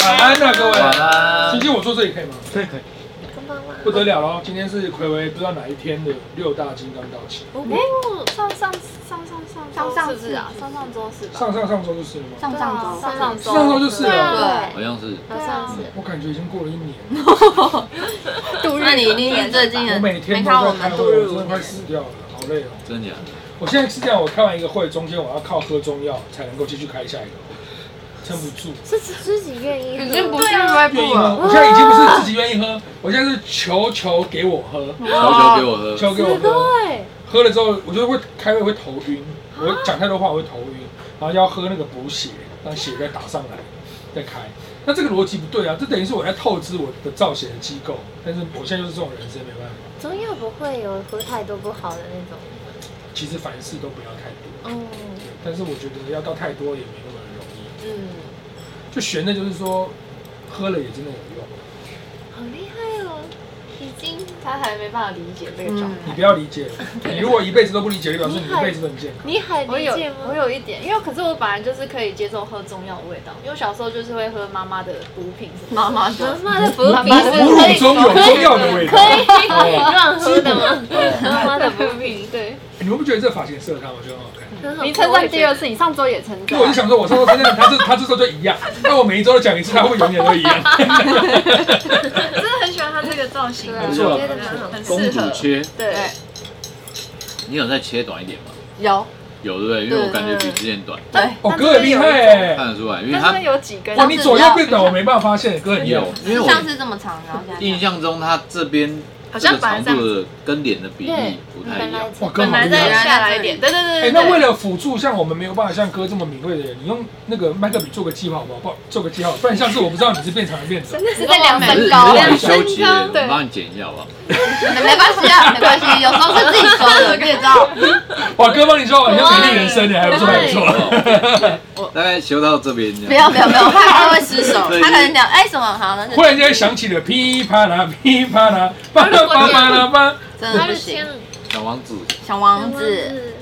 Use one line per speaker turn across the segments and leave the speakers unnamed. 晚安呐、各位。
晚安
星。期我坐这里可以吗？
可以可以。
こんばんは。
不得了喽！今天是暌违不知道哪一天的六大金刚到齐，
哦，上上上上上上
上上
是不是啊？
次
上上周是吧？
上上上周就是了吗？
上上周
啊上上周，
上周就是了，
啊
对
好像是
好像是
我感觉已经过了一年了，
度
那你一定也最近
我每天
啊没
都
看我
在
们
开
度
会，
日
我真
如
的
年
快，死掉了，好累哦。
真假的？
我现在是这样，我开完一个会，中间我要靠喝中药才能够继续开下一个会，撑不住。
是自己愿意喝，
已经不是
愿
Red
意
Bull
喝，
了，
我现在已经不是自己愿意喝，我现在是求求给我喝，
球球给我喝。
求给我喝。
对，
喝了之后，我就会开胃会头晕，我讲太多话我会头晕，然后要喝那个补血，让血再打上来，再开。那这个逻辑不对啊，这等于是我在透支我的造血的机构，但是我现在就是这种人生，没办法。
中药不会有喝太多不好的那种。
其实凡事都不要太多，
嗯
对但是我觉得要到太多也没那么容易。
嗯，
就悬的就是说，喝了也真的有用，
好厉害哦！
已经他还没办法理解这个状态。
你不要理解，你如果一辈子都不理解，就表示你一辈子都很健康。
你很
我
理
有
解
我
吗？
有一点，因为可是我本来就是可以接受喝中药的味道，因为我小时候就是会喝妈妈的补品什么 妈妈
妈妈的补品
妈妈
哺乳中有中药的味道。哦
乱喝的吗？
哦
妈妈的补
补品， 对。
你们不觉得这发型适合他吗？觉得很好看。
很好，
你称赞第二次，你上周也称
因为我就
赞。
想说，我上周参加的他这他这周就 一样，那我每一周都讲一次，他会不会永远都一样。
真的很喜欢他这个造型，
对
不错
我觉得蛮好看
很。
公
适
主
合。
切，
啊对，
你有再切短一点吗？
有
有对不对？因为我感觉比之前短，
对。
哦，哥很厉害哎！
看得出来，因为
但是
他
有几根
哇，你左右变短，我没办法发现，哥很厉害
有，因为我
上次这么长，然后现在这样
印象中他这边
好
这
像
个
本来
长
这样
度的跟脸的比例不太
本
一
来
样，
哇，
是
哥
本
好
来
厉
再
害。
下来一点，对对对
哎，
对。
那为了辅助像我们没有办法像哥这么敏锐的人，你用那个麦克笔做个记号好不好？不做个记号，不然像是我不知道你是变长还是变短。
是在量
可是
身
你
高，
是
量
很
身
修结的，
对
我帮你剪一下好不好？
没关系啊，没关系，有时候是自己说的，你也知道。
哇，哥帮你说，你像美丽人生欸的，还不错，还不错。
大概修到这边这
不
样，
要不要不要，他他会失手，他可能讲哎什么好，那 就
忽然间想起了噼啪啦噼啪 啦，啪啦啪啦啦啪。
真的
他
不
就这样
行。，
小王子
小王子，，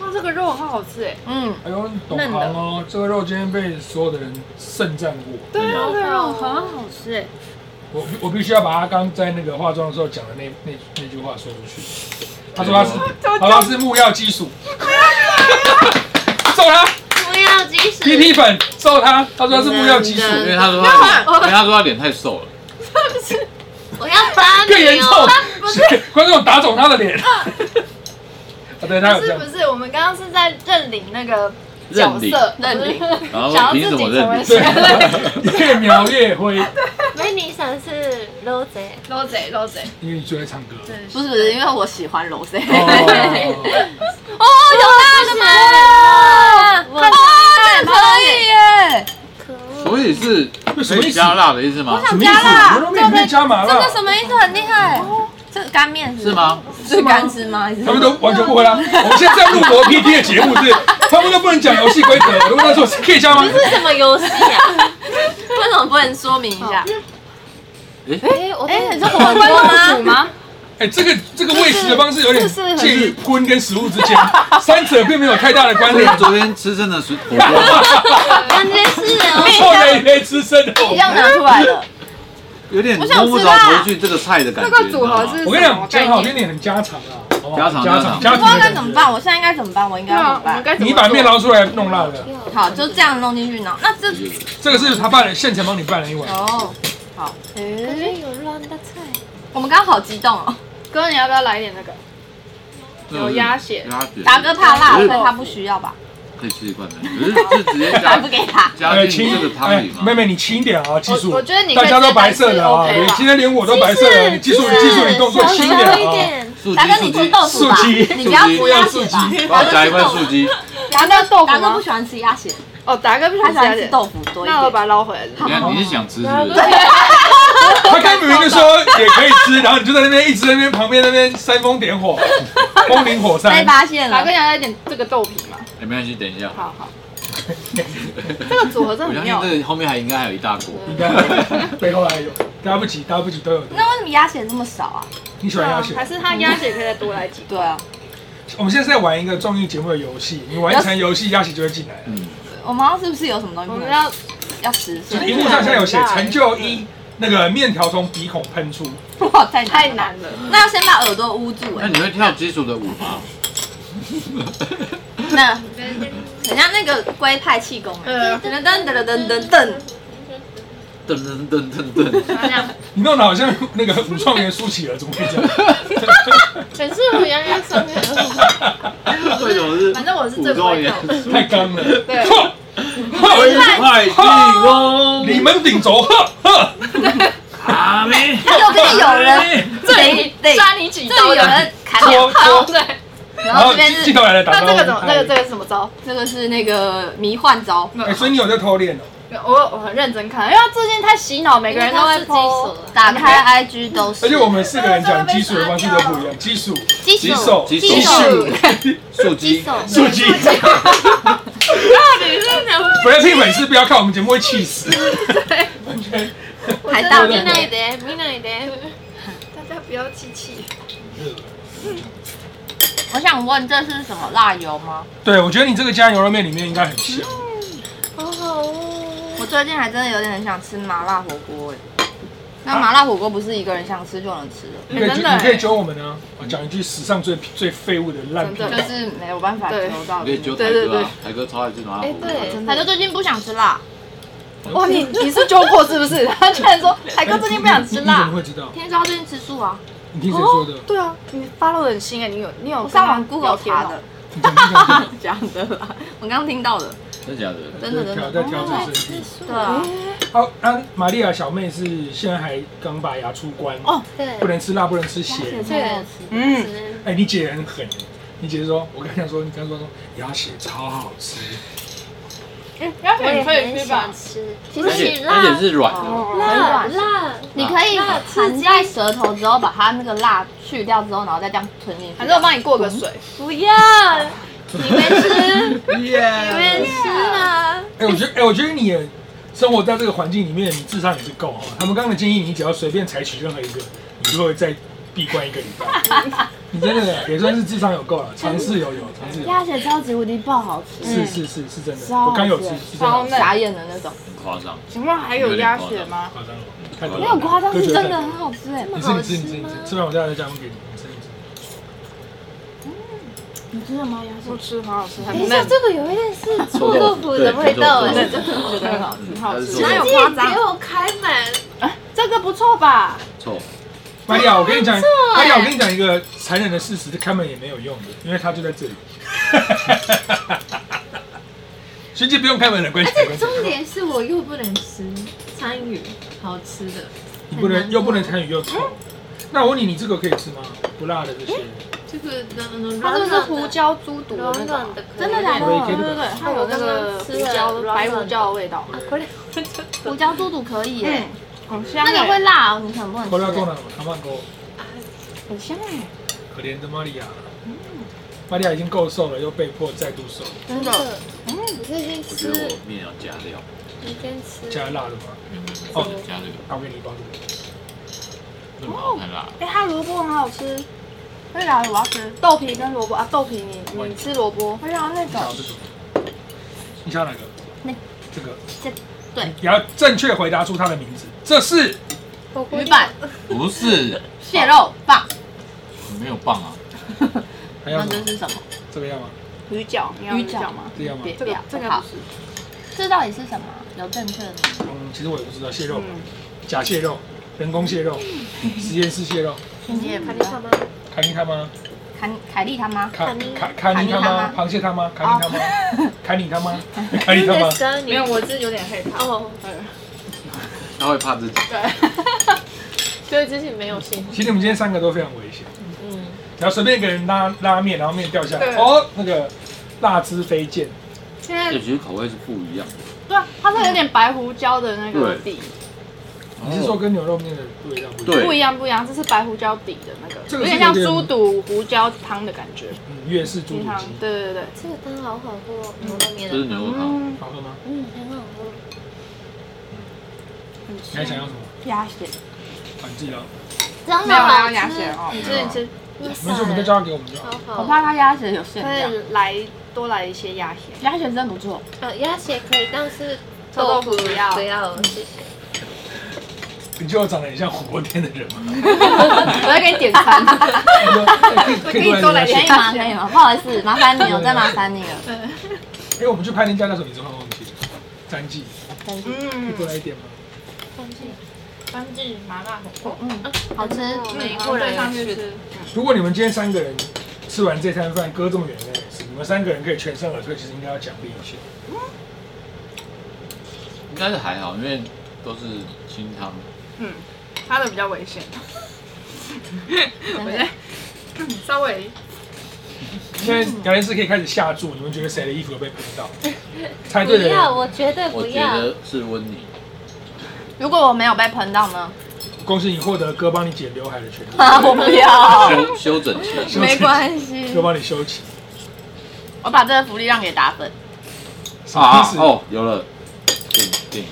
哇，这个肉好好吃哎！
嗯，
哎呦，懂行哦，这个肉今天被所有的人盛赞过。
对啊，这个肉
好
很好吃哎！
我必我必须要把他刚在那个化妆的时候讲的那那那句话说出去。他说他是，好像是木曜基础。揍他
不要及时。
！PP 粉揍他！他说他是木曜基础，
因为他说他脸，因为他说他脸太瘦了，
我要打
更
你
严重
啊
哦！。
观众打肿他的脸。啊，对他有
不
这
是
样
不。是，我们刚刚是在认领那个角
认领，
色，
认 领
不是
然后
想要
凭
自
什
己
么
成
认
为
领？
对，越描越灰。
美女想是 Rose，
老贼老贼，
因为你最会唱歌。
真
不是不是，因为我喜欢 Rose。
哦，
哦，有哦那个吗？哇，那可以耶！
可恶！
所以是
为什
可
么
以
意思？
加辣的意思吗
我？想
什么意
加
思？
辣
牛肉，面里面加麻
这
辣
个，什么意思？很厉害。这是干面
是？吗？
是干吃吗？还是
他们都完全不回答。我们现在在录磨 PT 的节目是，他们都不能讲游戏规则。我都问他说是可以加吗？
是什么游戏 啊？
为什么不能说明一下？
哎，我
哎，
哎
你，说火锅吗？
吗？
哎，这个这个喂食的方式有点
就是很
介于荤跟食物之间，三者并没有太大的
哎
关
所以
联。
昨天吃真的是火锅吗，
感觉是哦。
后来也吃生的。
一样拿出来了。
有点
我想
摸不
吃
着
辣
头绪这个菜的感
这
觉。
个组合
你知道吗
是
我跟你讲，讲好听点很家常啊，好不好
家常
家
家
常
常
我
家
不知道
常。
该怎么办，。我现在该怎么办？我应该
对
要怎
啊
么，
我们
办？
该怎么
你把面
做
捞出来弄辣的，
好，就这样弄进去，然后那这
这个是他办的，现成帮你办了一碗。
哦，
感觉有乱的菜，
我们刚刚好激动哦。
嗯哥，你要不要来一点那个？
这个
有
是
鸭血
鸭血，
达哥怕辣，
可是
所以他不需要吧？
可以吃一罐没？只是是直接
还
加
不给 他。
加进
呃轻哎
这个汤里
妹
吗？
妹你轻一点啊，技术。
我我觉得你可以
大家都白色的啊，
直接单吃 OK 吧
今天连我都白色的，你技术你技术你动作轻一点
一
啊。
点。
素
达哥，
鸡，
你
素
吃
鸡，
豆腐吧？
素鸡
你不要吃鸭血吧？
帮我加一罐素 鸡。
达
那豆腐
达哥
吗
不？喜欢吃鸭血，
哦，达哥不
他喜
加
欢吃
点，
豆腐多一
那我把
点。
它捞回来。
你看你是想吃是不是？
啊
他刚明明就说也可以吃，然后你就在那边一直在那边旁边那边煽风点火，风林火
被
山。
发现
达
了
哥，，你要来一点这个豆皮嘛？
哎，没关系，等一下。
好好，这个组合真
我
的很
相信
妙。
这后面还应该还有一大锅。
嗯
应该背后还有，搭不起搭不起都有。
那为什么鸭血这么少啊？？
你喜欢鸭
还
血？
是他鸭血可以再多来几
对啊，
我们现在在玩一个综艺节目的游戏，你玩一场游戏，鸭血就会进来了。
我们好像是不是有什么东西
我
不
们
能？
要
要十
就
岁，
荧幕上现在有写成就一，那个面条从鼻孔喷出，
哇，太了
太。难了。
那要先把耳朵捂住
那
哎，
你会跳基础的舞吗？
那很像那个龟派气功哎，
呃，
噔噔噔噔
噔噔
噔噔，
噔噔噔，
这样
你弄得好像那个武状元苏乞儿，怎么会这样？
每次我洋洋上面，
啊
为什么是？
反正我 是最不会跳
舞
太刚了。
对
哼
状元，
哼
快进攻！
你们顶轴，呵呵，
阿妹，
右边有人，
这里
对
抓你几
这里
刀
有
的。
人砍两
戳戳
炮，
对，
然
然
后
后
这边
镜
是
头来了，打
那这个怎么？那个这
个
个是什么招？
这个是那个迷幻招，
哎，所以你有在偷练哦？
我我很认真看，因为最近太洗脑，每个人都会
因为他会自己
po
手。
打开 IG 都是，
而且我们四个人讲基础的方式都不一样，基础、
基
基
手，
基
基
础
手，
速
基
击，
手，
数据。不要听粉丝不要看我们节目会气死。对，
还大
对对
面
对
那
一点，米奶一点，大家不要气气。
我想问这是什么辣油吗？
对，我觉得你这个加牛肉面里面应该很香。
好好哦。
我最近还真的有点很想吃麻辣火锅哎，那麻辣火锅不是一个人想吃就能吃嗯欸的，
你可以
真
揪
的
你可以揪我们啊！我讲一句史上最最废物的烂屁
真
就
的
话。
是没有办法
对
求到
你
的。
可以揪台
对对
哥
对
啊，台哥超爱吃麻辣火
哎，
锅。
对，
他就最近不想吃辣，
哇，你你是揪过是不是？他居然说海哥最近不想吃
哎你怎
辣
么。会知道？
天知道最近吃素啊，
你听谁说的？
对啊，你发了很新哎，你有你有
我上网
跟他
Google
聊天哦
查的，
你讲你讲你
讲的啦，我刚刚听到的，
真假的？
哦真
讲
的真
调
的
在，调整身体。
对啊，
好，哦那玛利亚小妹是现在还刚拔牙出关，
哦
对
不，能吃辣，不能吃
血
咸。
超好吃，
嗯
嗯，，
哎，你姐很狠，你姐说，我跟她说，你刚说说鸭血超好吃，
要
我也
可以
很
吃
喜
吧
欢。吃，其
而
实
且
你
而且
辣
是软的，
哦
辣辣，
你可以含在舌头之后，把它那个辣去掉之后，然后再这样吞进去。
反正我帮你过个水，
不要，你们吃，你们
耶！
吃啊，
哎，我觉得，哎，我觉得你也生活在这个环境里面，你智商也是够哈。他们刚刚的建议，你只要随便采取任何一个，你就会再闭关一个礼拜。你真的也算是智商有够了，尝试有有，尝试有。
鸭血超级无敌爆好吃，
是是是是真的，
嗯超
我刚有吃
好吃，
是真的好吃。
傻眼的那种，
很夸张，
请问还有鸭血吗？
夸张了，太
没有夸张，是真的很好吃哎，
你吃你吃你吃你吃，吃完我再来加分给你，你吃你吃。
你真的吗？鸭血
不吃，好好吃，还
等
不
一下，
嫩。
这个有一点是臭豆腐的味道哎，
对
自
臭豆腐
真的很好吃，
嗯
好
它是
吃
臭豆
哪有
腐
己给我开满，
这个不错吧？
臭，
玛利亚，我跟你讲，
哎
玛利亚，我跟你讲一个残忍的事实，他们也没有用的，因为他就在这里。学姐不用开门了，关起
而
来。
且
关起来
重，点是我又不能吃，参与好吃的，
你不能又不能参与又臭。那我问你，你这个可以吃吗？不辣的这些，
这个软
它这
软的
个是胡椒猪肚的那
软
种
软。的，
真的假
可以可以
的？
对对对，它有那个胡椒白胡椒的味道。
啊，これ
胡椒肚肚可以耶，，
好香
那
哎。
个会辣哦，你可能不
口料够
能吃，
了，他们够。
很香哎，
可怜的玛利亚，玛利亚已经够瘦了，又被迫再度瘦，
真
真
的。
的，
嗯
我最近
我觉，
吃
得我面要加料，
每天吃，
加辣的吗？
不
哦，
能嗯加这个，
打给你一包这个。
这么好看辣。
哎，它萝卜很好吃，
会辣的我要吃，
豆皮跟萝卜啊，豆皮你你吃萝卜，
会辣那
你想要
种
这个？你想要哪个？
那
这个。
这对。
你要正确回答出他的名字。这是
鱼板、
不是，
蟹肉棒，
没有棒啊，
还要什
那这
么？
是什么？
哎这个要吗？
鱼饺，你要
鱼
鱼
饺
饺吗？
这样吗
别？
这
不
个
要，
这个
好
不。是，
这到底是什么？有正确的吗？
嗯，其实我也不知道蟹肉吧，
嗯，
假蟹肉、人工蟹肉、实验室蟹肉，
你也
卡尼
知
他
道。
妈，
卡尼他妈，
凯凯莉他妈，
卡
卡尼
卡卡尼他妈，螃蟹他妈，卡尼他
哦
妈，卡尼他 妈，卡尼他妈
何。ですか
没有，我是有点害怕。
哦，
他会怕自己。
对，对自己没有信
其实你们今天三个都非常危险，
嗯，
只要随便一个人拉拉面，然后面掉下来，
对
哦，那个辣汁飞溅。
现在
这其实口味是不一样的。
对啊，它是有点白胡椒的那个底，
你是说跟牛肉面的味道不一样？
哦对
不一样不一样，这是白胡椒底的那个，
这
有
个是
点像
有点
猪肚胡椒汤的感觉。
嗯，粤式猪肚
平常
鸡，
对对对，
这个汤好好喝，牛肉面
这是
的，
牛肉汤？
嗯，
好喝吗？
嗯，很好喝，
你还想要什么？
鸭血，
啊，你自己要。
真
没
的
有
好
要
吃，
鸭血哦，你吃你吃，
哇
没事，我们再加给我们就好。
好好，
我怕它鸭血有馅
可
料。
以来多来一些鸭血。
鸭血真的不错，
呃，鸭血可以，但是
臭 豆腐不要
不。要，谢谢。
你就长得很像火锅店的人嘛，
我要给你点餐，
你说哎可以可以多来
可
点
以吗？可以吗？不好意思，麻烦你了，再麻烦你了。
因为我们去拍那家叫什么名字我忘记了，詹记，
真是
可以多
嗯，
来一点吗？
三季麻辣火锅，
好吃。
每一个人上去 吃，
如果你们今天三个人吃完这餐饭，隔这么远应该也是，你们三个人可以全身而退，其实应该要奖励一些。
应该是还好，因为都是清汤。
嗯，它的比较危险，我
嗯
在稍微
现在聊天室可以开始下注，你们觉得谁的衣服有被喷到？猜
不
对的人
要，我绝对不
我觉
要。
得是温妮，
如果我没有被喷到呢？
恭喜你获得哥帮你剪刘海的权利，
啊，我不要，
修修整齐。
没关系
哥，帮你修齐。
我把这个福利让给打粉。
什么意思？
哦，有了，电电影。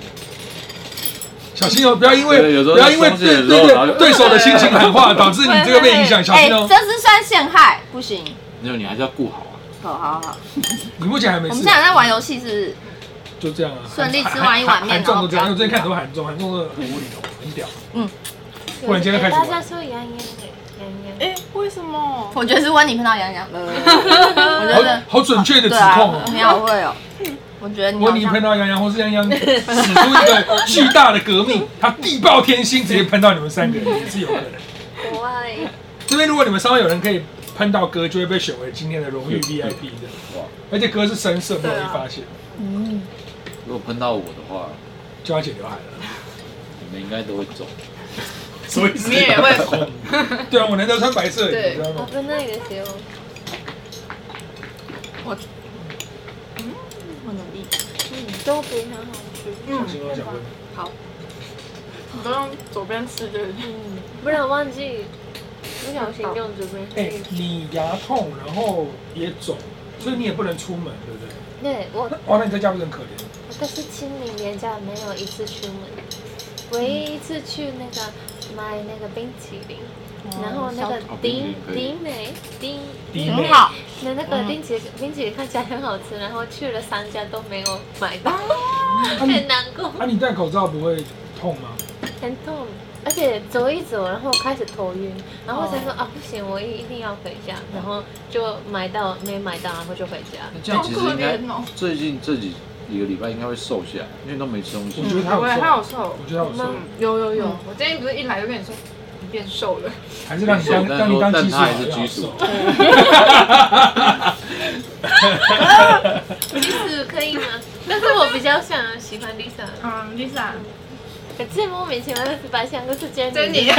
小心哦，不要因为
对有时候
不要因为
在
对
冲
对
线的时候
对
然后就哎
对手的心情喊话，导致你这个被影响。小
哎，
心哦
这，是算陷害，不行。
没有，你还是要顾好啊。
好好好，
你目前还没
哎我们
事
现，在有在玩游戏，是不是？
就这样啊。
顺利吃完一碗面
韩综都这样，因
然
为
后不要
我最近看很多韩综，韩综真的很无厘头，很屌。
嗯，
忽然间就开始
大
玩
家说杨洋杨洋，
哎，为什么？
我觉得是温妮碰到杨洋的，我觉得
好好准确的指
对
控
啊，
哦。
你好会哦。我觉得你
我
好
你喷
像
到杨洋，或是杨 洋使出一个巨大的革命，他地爆天星，直接喷到你们三个人，也是有可能。
国外
这边如果你们稍微有人可以喷到哥，就会被选为今天的荣誉 VIP 的。
哇，
而且哥是深色，不容
啊
易发现，
嗯，
如果喷到我的话，
就要剪刘海了。
你们应该都会走。
所以是
你也会红，
对啊，我难得穿白色，你知道
我
吗？
分那个时候，
我努力。
嗯，都非常好吃，
小
嗯，
心我想问，
你都用左边吃对不对？
嗯，不然忘记不小心用这边。
哎，你牙痛，然后也肿，所以你也不能出门，对不对？
对我，
哇，那你在家不是很可怜？
但是清明年假没有一次出门，唯一一次去那个买那个冰淇淋，然后那个
哦
丁
冰淇淋可以
丁美丁
第一
很
妹，
好，
那那个冰淇淋冰淇淋看起来很好吃，然后去了三家都没有买到，
啊
哦很
你
难过，
啊你戴口罩不会痛吗？
很痛。而且走一走，然后开始头晕，然后才说、啊不行，我一一定要回家，然后就买到没买到，然后就回家。
那这样其实应该
好可怜哦
最近这几一个礼拜应该会瘦下来，因为都没吃东西
我。觉得他
我也
有
还有嗯
瘦，
瘦，
我觉得他有瘦，
有有有，我今天不是一来就跟你说你变瘦了，
还是让你当让你当技术
但他还是居
手
鼠。
就是可以吗？但是我比较想喜欢 Lisa，
嗯，Lisa，
可是莫名其妙的白香哥是 Jenny，
珍妮，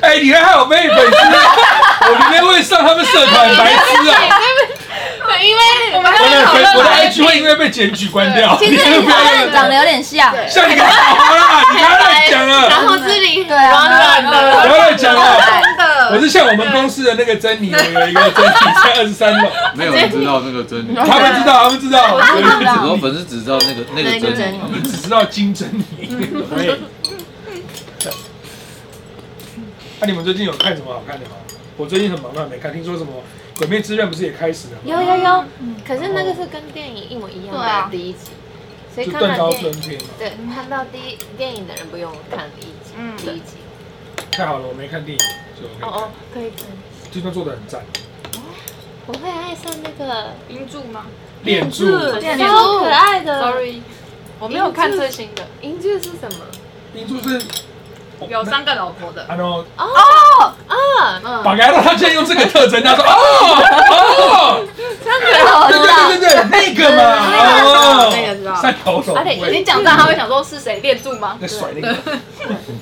哎，你还有妹粉丝，我明天会上他们社团，白 痴啊！
对，因为我们
我
刚才
的
讨论
我的
来
IG 会因为被检举 关掉，
其实
你
你
不要
好像长得有点像，
对
像你个好啦，你不要乱讲了，
然后这里
对啊
软软的，
不要乱讲啊了。
真的
我是像我们公司的那个珍妮，我有一个珍妮在二十三楼，
没有人知道那个真理，
他们知道，他们知道，
我知道
只有粉丝只知道那个那
那
个
个
真
真
理。
我们只知道金珍妮。对。那啊你们最近有看什么好看的吗？我最近很忙，还啊没看。听说什么《鬼灭之刃》不是也开始了吗？
有有有，
嗯
可是那个是跟电影一模一样
对啊
的第一集，所以
就
看
断
完
刀
电
尊
影，
篇嘛。
对，看到第一电影的人不用看一集，
嗯
第一集。
太好了，我没看电影，所以我没
哦
看。
哦，可以看。
听说做的很赞。
我会爱上那个
冰柱吗
练住，
练柱
超可爱的。
？Sorry，我没有看最新的，
银柱是什么？
冰柱是
有三个老婆的，
然后
哦啊，嗯，
把给他，他竟然用这个特征，他说哦哦，
我
对
知
对对
道。
对，那个嘛，哦，三头
啊
龙，
而且已经讲到，他会想说是谁练住吗？
在哦甩那个，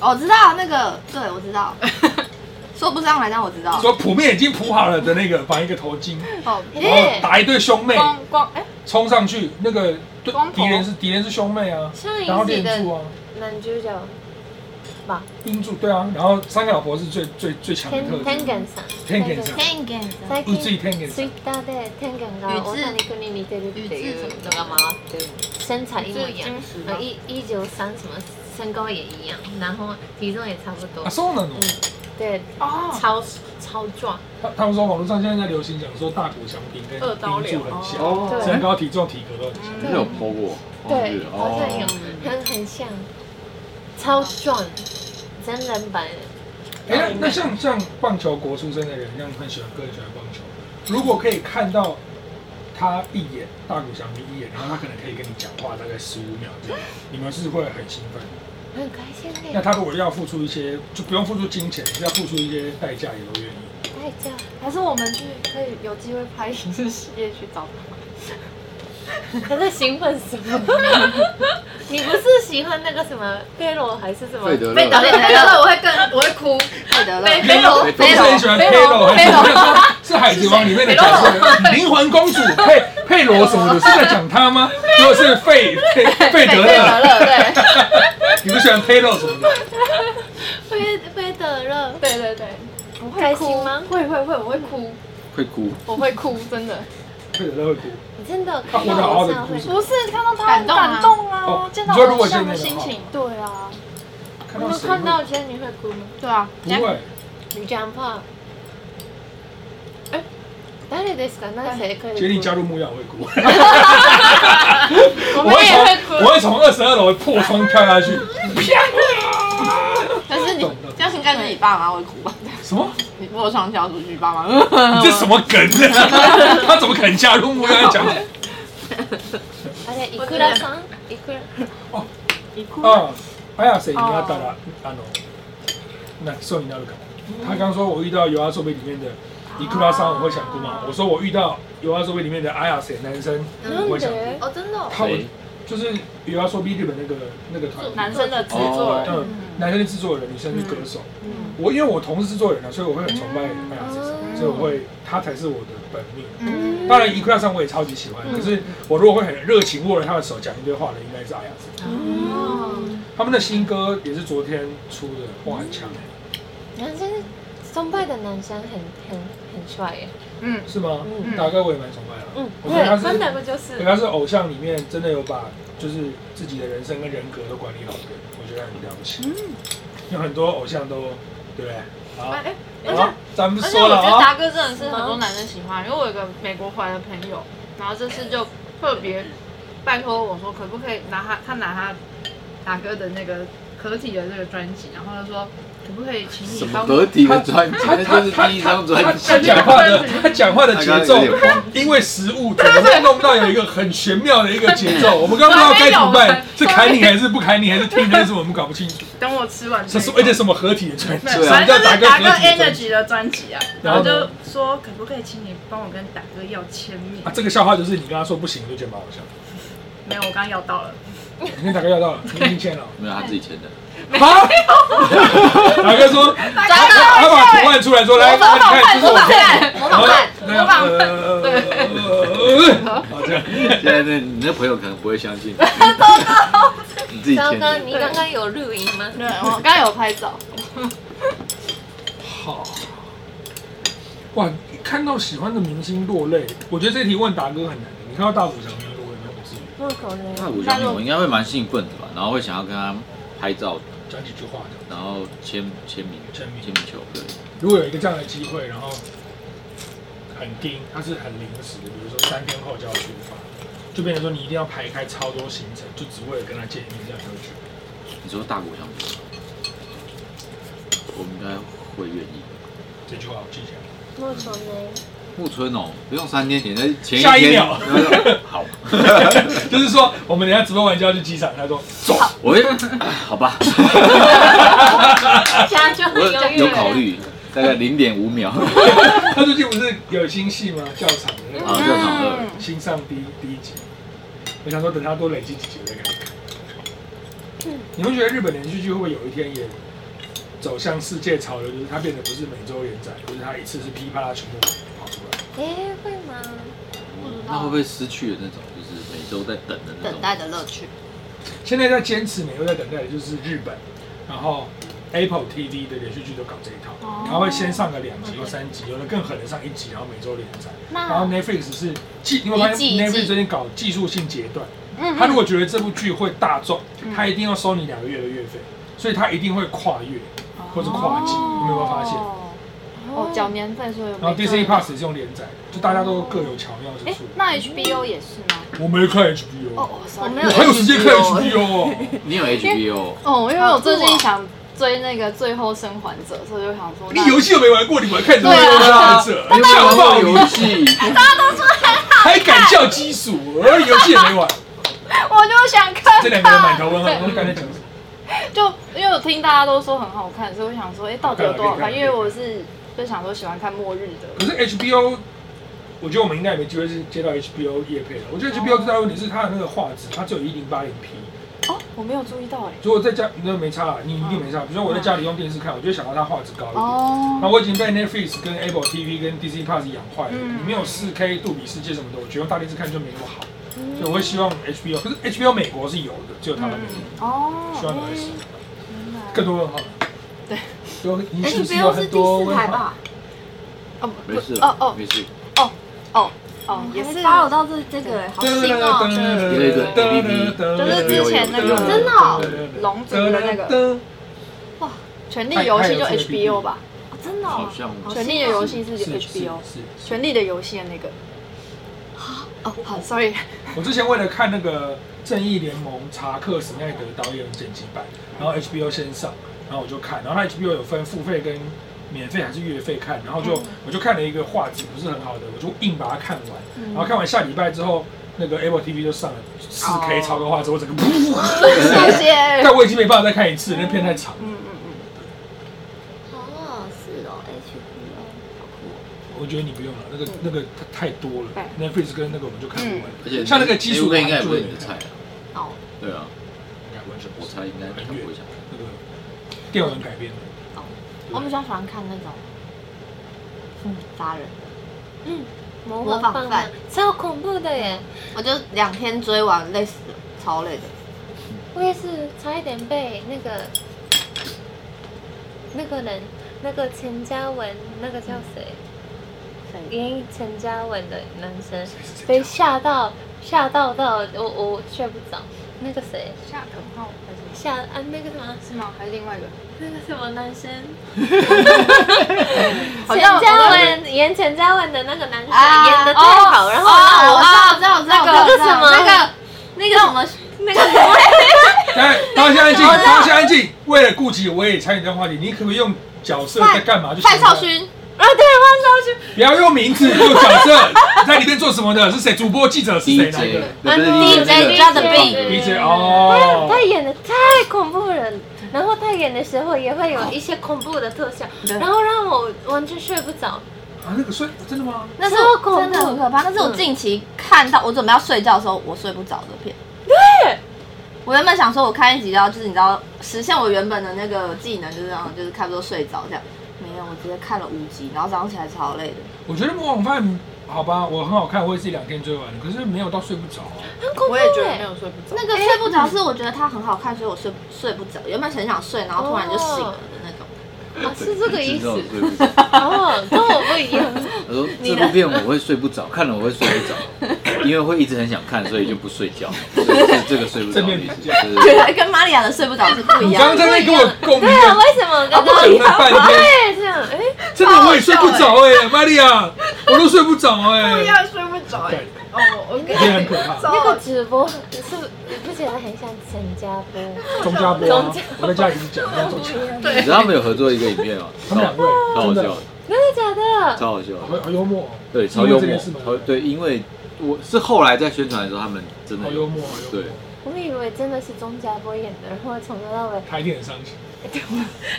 我知道那个，对我知道，说不上来，但我知道。
说普面已经铺好了的那个，绑一个头巾，
哦，
然后
耶，
打一对兄妹
光光哎，
冲上去，那个对敌人是敌人是兄妹啊，
上
然后
一集
练
的
住啊，
男主角
冰柱对啊，然后三个老婆是最最最强的
Ten
特
Tengen
征，
さん。
Tengen さん
天眼的
最
宇治
近
Tengen さん
Twitter で Tengen が大谷君に似てるっていうのが回ってる。身材一模
是
一样。
金石
啊
吗？
一一九三什么身高也一样，然后体重也差不多。
啊，そうなの？
嗯，对，
哦，
超超壮，
他他们说网络上现在在流行讲说大骨相拼跟
二刀
冰
流
柱很像，
哦，
对
身高、体重、体格都很像。
你有 PO 过？
对，
哦
好像有，很很像，超壮，真人版的。
哎、那那像像棒球国出身的人，像很喜欢个人喜欢棒球，如果可以看到他一眼大谷翔平一眼，然后他可能可以跟你讲话大概十五秒这样，你们是会很兴奋。
很开心
那
嘞，
他如果要付出一些，就不用付出金钱，只要付出一些代价也都愿意。
代 价
还是我们去可以有机会拍影视系列去找他。
还在兴奋 什么？你不是喜欢那个什么贝罗还是什么？
费德
被打
勒，
脸那个我会更我会哭，太得了，
没有，我是很喜欢佩罗，很喜欢是海贼王里面的角色，灵魂公主佩佩罗什么的，是在讲他吗？如果是费费费德勒，
乐对，
你不喜欢佩罗什么的？
贝贝德勒，
对对对，我
开心吗
会会会，我会哭，
会哭，
我会哭，真的。
佩德勒会哭。
你真的
他
看
活得好
到
好
我这
啊的
样
哭
会
什么？
不是看到他很感
感
动
动
哦
啊，见
你说如
到
果
偶
是
像
那
的
个
心情。对啊，
看
你
到
们
谁
看到
会？
天你会哭吗？
对啊，
不会。
你讲话。え誰ですか？那谁可以？
决定加入木曜我会哭，
我
我
们也会
会从
哭，
我会从二十二楼破窗跳下去，
但是你这样应该是你爸妈会哭吧？
什么？
你破窗跳出去，爸妈
你这什么梗啊？他怎么可能加入木曜讲？
あれいくらさん？いくら？
你哭了。
ああ綾瀬になった
哦
ら、あの泣きそうになるから。他刚说，我遇到《游阿作背》里面的伊库拉桑，我会想哭吗？我说我遇到《游阿作背》里面的阿雅谁男生，
な
我会
ん
想哭。
で？
哦，真的哦，
他
谁？
就是《游阿作背》日本那个那个团体，
男生的制作人，
嗯，男生是制作人，女生是歌手。
嗯
我因为我同是制作人啊，所以我会很崇拜阿雅
哦
谁，所以我会他才是我的本命。
嗯
当然，伊库拉桑我也超级喜欢，
嗯
可是我如果会很热情握着他的手讲一堆话的，应该是阿雅谁。他们的新歌也是昨天出的，哇，很强欸，
男生松派的男生很很很帅耶。
嗯，
是吗？
嗯
大哥我也蛮崇拜的，
嗯，
我觉得他
真
是，
的不就是
对，他是偶像里面真的有把就是自己的人生跟人格都管理好的，我觉得很了不起。有很多偶像都，对不对？好，
嗯哎，而且
好，咱们不
而且
说
我
了
觉得
啊，
达哥真的是很多男生喜欢，因为我有个美国回来的朋友，然后这次就特别拜托我说，可不可以拿他他拿他达哥的那个合体的这个专辑，然后他说可不可以请
什
你
么
帮
合
我？
体的专辑？那就是第一张专辑
他。讲话的他讲话的
他刚
节
刚有
奏
点慌，
因为食物怎么弄到有一个很玄妙的一个节奏，我们刚刚不知道该怎么办，是砍你还是不砍你，还是听还是什么，我们搞不清楚。
等我吃完这
这
一
是
口。
而且什么合体的专辑，
对，
什
对啊
么
反
叫
正就是达哥
合体的专辑
Energy 的专辑啊，
然
然
后
后
呢
就说可不可以请你帮我跟达哥要签名
啊，？这个笑话就是你跟他说不行，就觉得蛮好笑。
没有，我刚要到了。
你跟大哥要到了，你已经 签了。
没有，他自己签的。
好，大哥说，他他把图案出来
欸
说，来，看，看，这是我做的。模仿犯，模仿犯，模仿好这样，
现在那你那朋友可能不会相信。你自己
糟
签
糕，
的。
你刚刚有录音吗？
对，我刚刚有拍照，
好。哇，看到喜欢的明星落泪，我觉得这题问达哥很难。你看到大谷翔平落泪吗？我是
不可能。
那五小米，我应该会蛮兴奋的吧，然后会想要跟他拍照，
讲几句话的。
然后签签名、
签名
签名球，对，
如果有一个这样的机会，然后很盯，它是很临时的，比如说三天后就要出发，就变成说你一定要排开超多行程，就只为了跟他见一面，这样你会去。
你说大鼓相比，我们应该会愿意。
这句话我记起来。
木头呢？
木村哦，不用三天，你在前一天
下一秒
然后就 好，
就是说，我们等一下直播完就要去机场，他说
走，我会啊 好吧，
家就很
我
犹
有
豫。
考虑，大概零点五秒啊，
他最近不是有新戏吗？校场的那
就
个、
躺了。
新上第一第一集，我想说等他多累积几集我再给他看。你们觉得日本连续剧会不会有一天也走向世界潮流？就是它变得不是每周连载，就是它一次是噼啪啦全部跑出来。
哎，会吗？
那会不会失去了那种，就是每周在等的那
等
种？
待的乐趣，
现在在坚持每个在等待的就是日本，然后 Apple TV 的连续剧都搞这一套，
哦
它会先上个两集或三集，有的更狠的上一集，然后每周连载。然后 Netflix 是技，你有没有发
一
现
季一季嗯
Netflix 最近搞技术性阶段？他如果
哦
觉得这部剧会大众，他一定要收你两个月的月费，所以他一定会跨越。或者跨季，你们有没有发现？哦
哦，缴年费所以有
然后
没
Disney
赚
Plus 也是用连载，就大家都各有巧妙之
哎
处。，
那 HBO 也是吗？
我没看 HBO，
哦，哦
我
，sorry，
没
我
有
还有时间看
HBO
HBO 哦。
你有 HBO，
哦，因为我最近想追那个《最后生还者》，所以就想说，
你游戏都没玩过，你玩看什么
对啊
都拉扯，你
玩
想
过
爆你
游戏，
还敢叫基础，而游戏也没玩。
我就想看
这两个人满头问号，我刚才讲什么？
就因为我听大家都说很好看，所以我想说，哎、到底有多好
好看
看？因为我是就想说喜欢看末日的
可是 HBO，我觉得我们应该也没机会是接到 HBO 业配了。我觉得 HBO 最大的问题是它的那个画质，它只有一零八零 P。
哦，我没有注意到哎、
如果在家，那没差啦，啊你一定没差。比如说我在家里用电视看，我就想要它画质高一点。
哦，
那我已经被 Netflix、跟 Apple TV、跟 Disney Plus 养坏了。
嗯
你没有 4K 杜比世界什么的，我觉得用大电视看就没那么好。
嗯
所以我会希望 HBO，可是 HBO 美国是有的，只有他们没有。
哦，
希望台湾是
原来
更多问号。
对，
有你是不是有
HBO 是
很
第
多
四
问
台
号？
吧？
哦
没事
哦哦
没事，
哦，也
也
是
是发扰到这这个，好新哦！
有一个 APP，
就是之前那个
真的哦
龙族的那个
个，
《权力游戏》就
太太有这个
HBO 吧，
哦真的
好
哦，
像
好
《
新
权
哦
力的游戏》是
是
HBO，《
是是
权力的游戏》的那个。哦，好，sorry，
我之前为了看那个《正义联盟》查克·史奈德导演剪辑版，然后 HBO 先上，然后我就看，然后它 HBO 有分付费跟免费还是月费看，然后就、我就看了一个画质不是很好的，我就硬把它看完，然后看完下礼拜之后，那个 Apple TV 就上了四 K 超高画质，我整个噗，
谢谢。
但我已经没办法再看一次，那片太长了。
嗯嗯
哦，是哦，HBO，好酷哦。
我觉得你不用了，那个那个太多了
对
，Netflix 跟那个我们就看不完，
嗯
而且
像那个基础
HBO
的
应该也不
韩
是你
剧
的菜啊，
哦，
对啊，
应该完全不
我
是
猜应该他不会想看。
那个电文改编的。
我比较喜欢看那种，嗯，杀人。
模
模
仿
仿
犯
犯
超恐怖的耶！
我就两天追完，累死了，超累的。
我也是差一点被那个那个人，那个陈嘉文，那个叫谁？演陈嘉文的男生被吓到，吓到到我我睡不着。那个谁
嗯，下等号还是
吓啊那个什么
是吗？还是另外一个？
那个什么 男生，
好
陈
像
嘉文演陈嘉文的那个男生
啊
演的太好，
哦
然后让我
啊，我知道，我知道，
那个
我知道
什么
那个那个什么，
那个什么
来，哎大家先安静，大家先安静。为了顾及我也参与这个话题，你可不可以用角色在干嘛去？
范少，勋，
啊对汪昭君
不要用名字，用角色， 你在里面做什么的？是谁？主播、记者是谁？哪一
DJ，
个
那不是
嗯
DJ，那个
DJ 抓的
放歌
对
？DJ
他
哦
他，演的太恐怖了，然后他演的时候也会有一些恐怖的特效，然后让我完全睡不着。
啊，那个睡真的吗？
那是
超恐怖
真的很可怕，那是我近期看到我准备要睡觉的时候，我睡不着的片。
对，
我原本想说，我看一集要就是你知道实现我原本的那个技能，就是让就是差不多睡着这样。没有，我直接看了五集，然后早上起来超累的。
我觉得《模仿犯》好吧，我很好看，我也是一两天追完，可是没有到睡不着啊。
很恐怖
我也觉得
哎
没有睡不着。
那个睡不着是我觉得它很好看，所以我睡睡不着。原本很想睡，然后突然就醒了的那种。
啊，是这个意
知
思
道我睡不着
哦，跟我不一样。
他 说这部片我会睡不着，看了我会睡不着，因为会一直很想看，所以就不睡 觉。所以是这个睡不着的意思，就是
哦
对，跟玛利亚的睡不着是不一
你
样
刚刚。
的
在那边跟我共鸣
对啊，，为什么我刚刚
讲了半天。
对这样？哎，
真的我也睡不着哎、玛利亚，我都睡不着哎、
样睡不着
对，
哦，我跟
一定很可怕。
那个直播是不你不觉得很像陈家波？
钟家波、啊，我在家里讲，我要走起来。
你知道他们有合作一个影片吗？哦
他们两位
超好
真
笑
的
的，
真的假的？
超好笑的，
好好幽默哦，
对，超幽
因为这
默
件事吗，
超对，因为我是后来在宣传的时候，他们真
好
的
幽默，哦好幽默。
对，
我以为真的是钟家波演的，然后从头到尾，
他一定很伤心。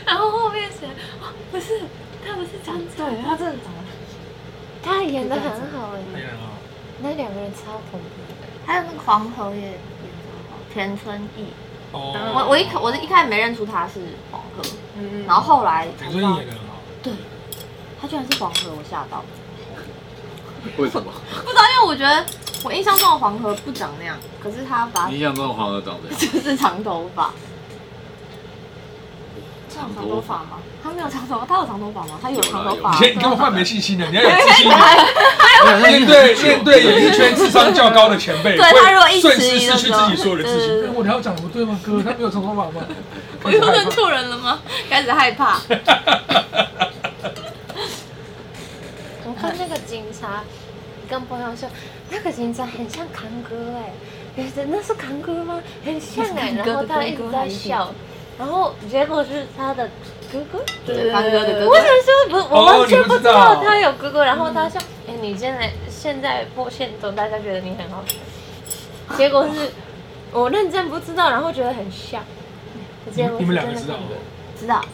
然后后面谁？哦，不是，他不是张家，
对他真的长得
他演的很好
哎
哎，
呀，
那两个人超恐怖的。
还有那个黄河也演得好，田村义。
哦，
我我一我一开始没认出他是黄河，
嗯
然后后来才
田
知
村
道
演的很好，
他居然是黄河，我吓到。
为什 么？
不知道，因为我觉得我印象中的黄河不长那样，可是他把
你印象中的黄河长怎样？
就是长头发，
长头发吗？
他没有长头发，他有长头发吗？他有啊长头
你
发。
先，你根本换没信心的，你要有自信。面
面
对面对演艺圈智商较高的前辈，
对他如果
会
一
顺
迟
势
疑的
失去
时候
自己所有的自
对
信。
对对
哎我聊讲的不对吗？哥，他没有长头发吗？
我又 认错人了吗？开始害怕。
我看那个警察，跟朋友说，那个警察很像康哥哎、你觉得那是康哥吗？很像 哎、
那是康哥
然后他
的
一
哥
直
哥还
在
是
笑，然后结果是他的哥哥。
对，刚哥的哥
我
哥
想。说不，我
哦
完全不知
你不知
道
道
他有哥哥。然后他说：“哎、你现在现在播现动，大家觉得你很好看。”结果是我认真不知道，然后觉得很像。
你
结
们
果
你们
是
两个
真
知道
的
吗
很？
知道，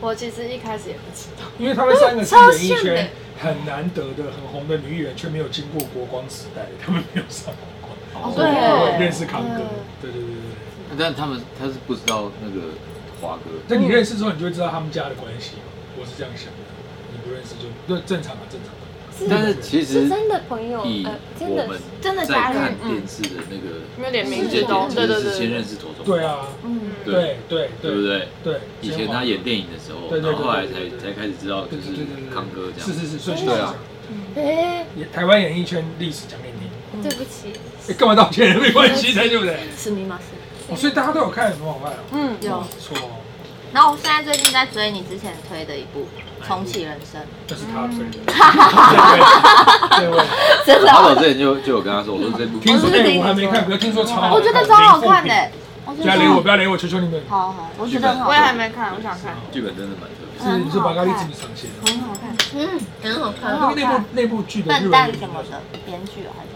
我其实一开始也不知道，
因为他们三个是
超
演艺
像的
圈很难得的、很红的女演员，却没有经过国光时代，他们没有上国光。
哦
所以
对
我也认识康哥
嗯，
对对对对。
但他们他是不知道那个华哥，
那你认识之后，你就会知道他们家的关系。我是这样想的，你不认识就对，正常啊，正常啊。
但是其
是
实
真的朋友，
以
呃，真
我
的
们
是
真的
在
假的？
看
嗯
电视的那个
因为连名
时
字
间
都
点，
哦对
其
对
实是先
对
认识左宗
对
棠，
啊，
嗯，
对对
对不对？
对，
以前他演电影的时候，
对对对
然后后来
对
才
对对
才开始知道就是康哥这样
是。是是，顺序
对
是
啊
哎、
演台湾演艺圈历史讲给你听。
对不起，
哎干嘛道歉？ 没关系的，对不对？
是密码是。
哦所以大家都有看《很好看》哦，
嗯， 有
不。错哦，
然后我现在最近在追你之前推的一部《重启人生
这是他推的。 对， 对，》，
真的
阿宝
哦，
之前就就有跟他说，我说这部
听说
嗯我是
哎，
听
我还没看，可是听说超好看，
啊我觉得超好看的
零负评。，
我觉
不要理我，
得
不要理我，求求你们。
好好，哦我觉得很好
我也还
看，
没看，我想看。
剧本真的蛮特别。
是你是把咖喱自己上线的，
很好看，
嗯，很好看
很
啊那
好
个那
看
部。那部剧的日文
笨蛋
名
什么
字
的编剧哦，还是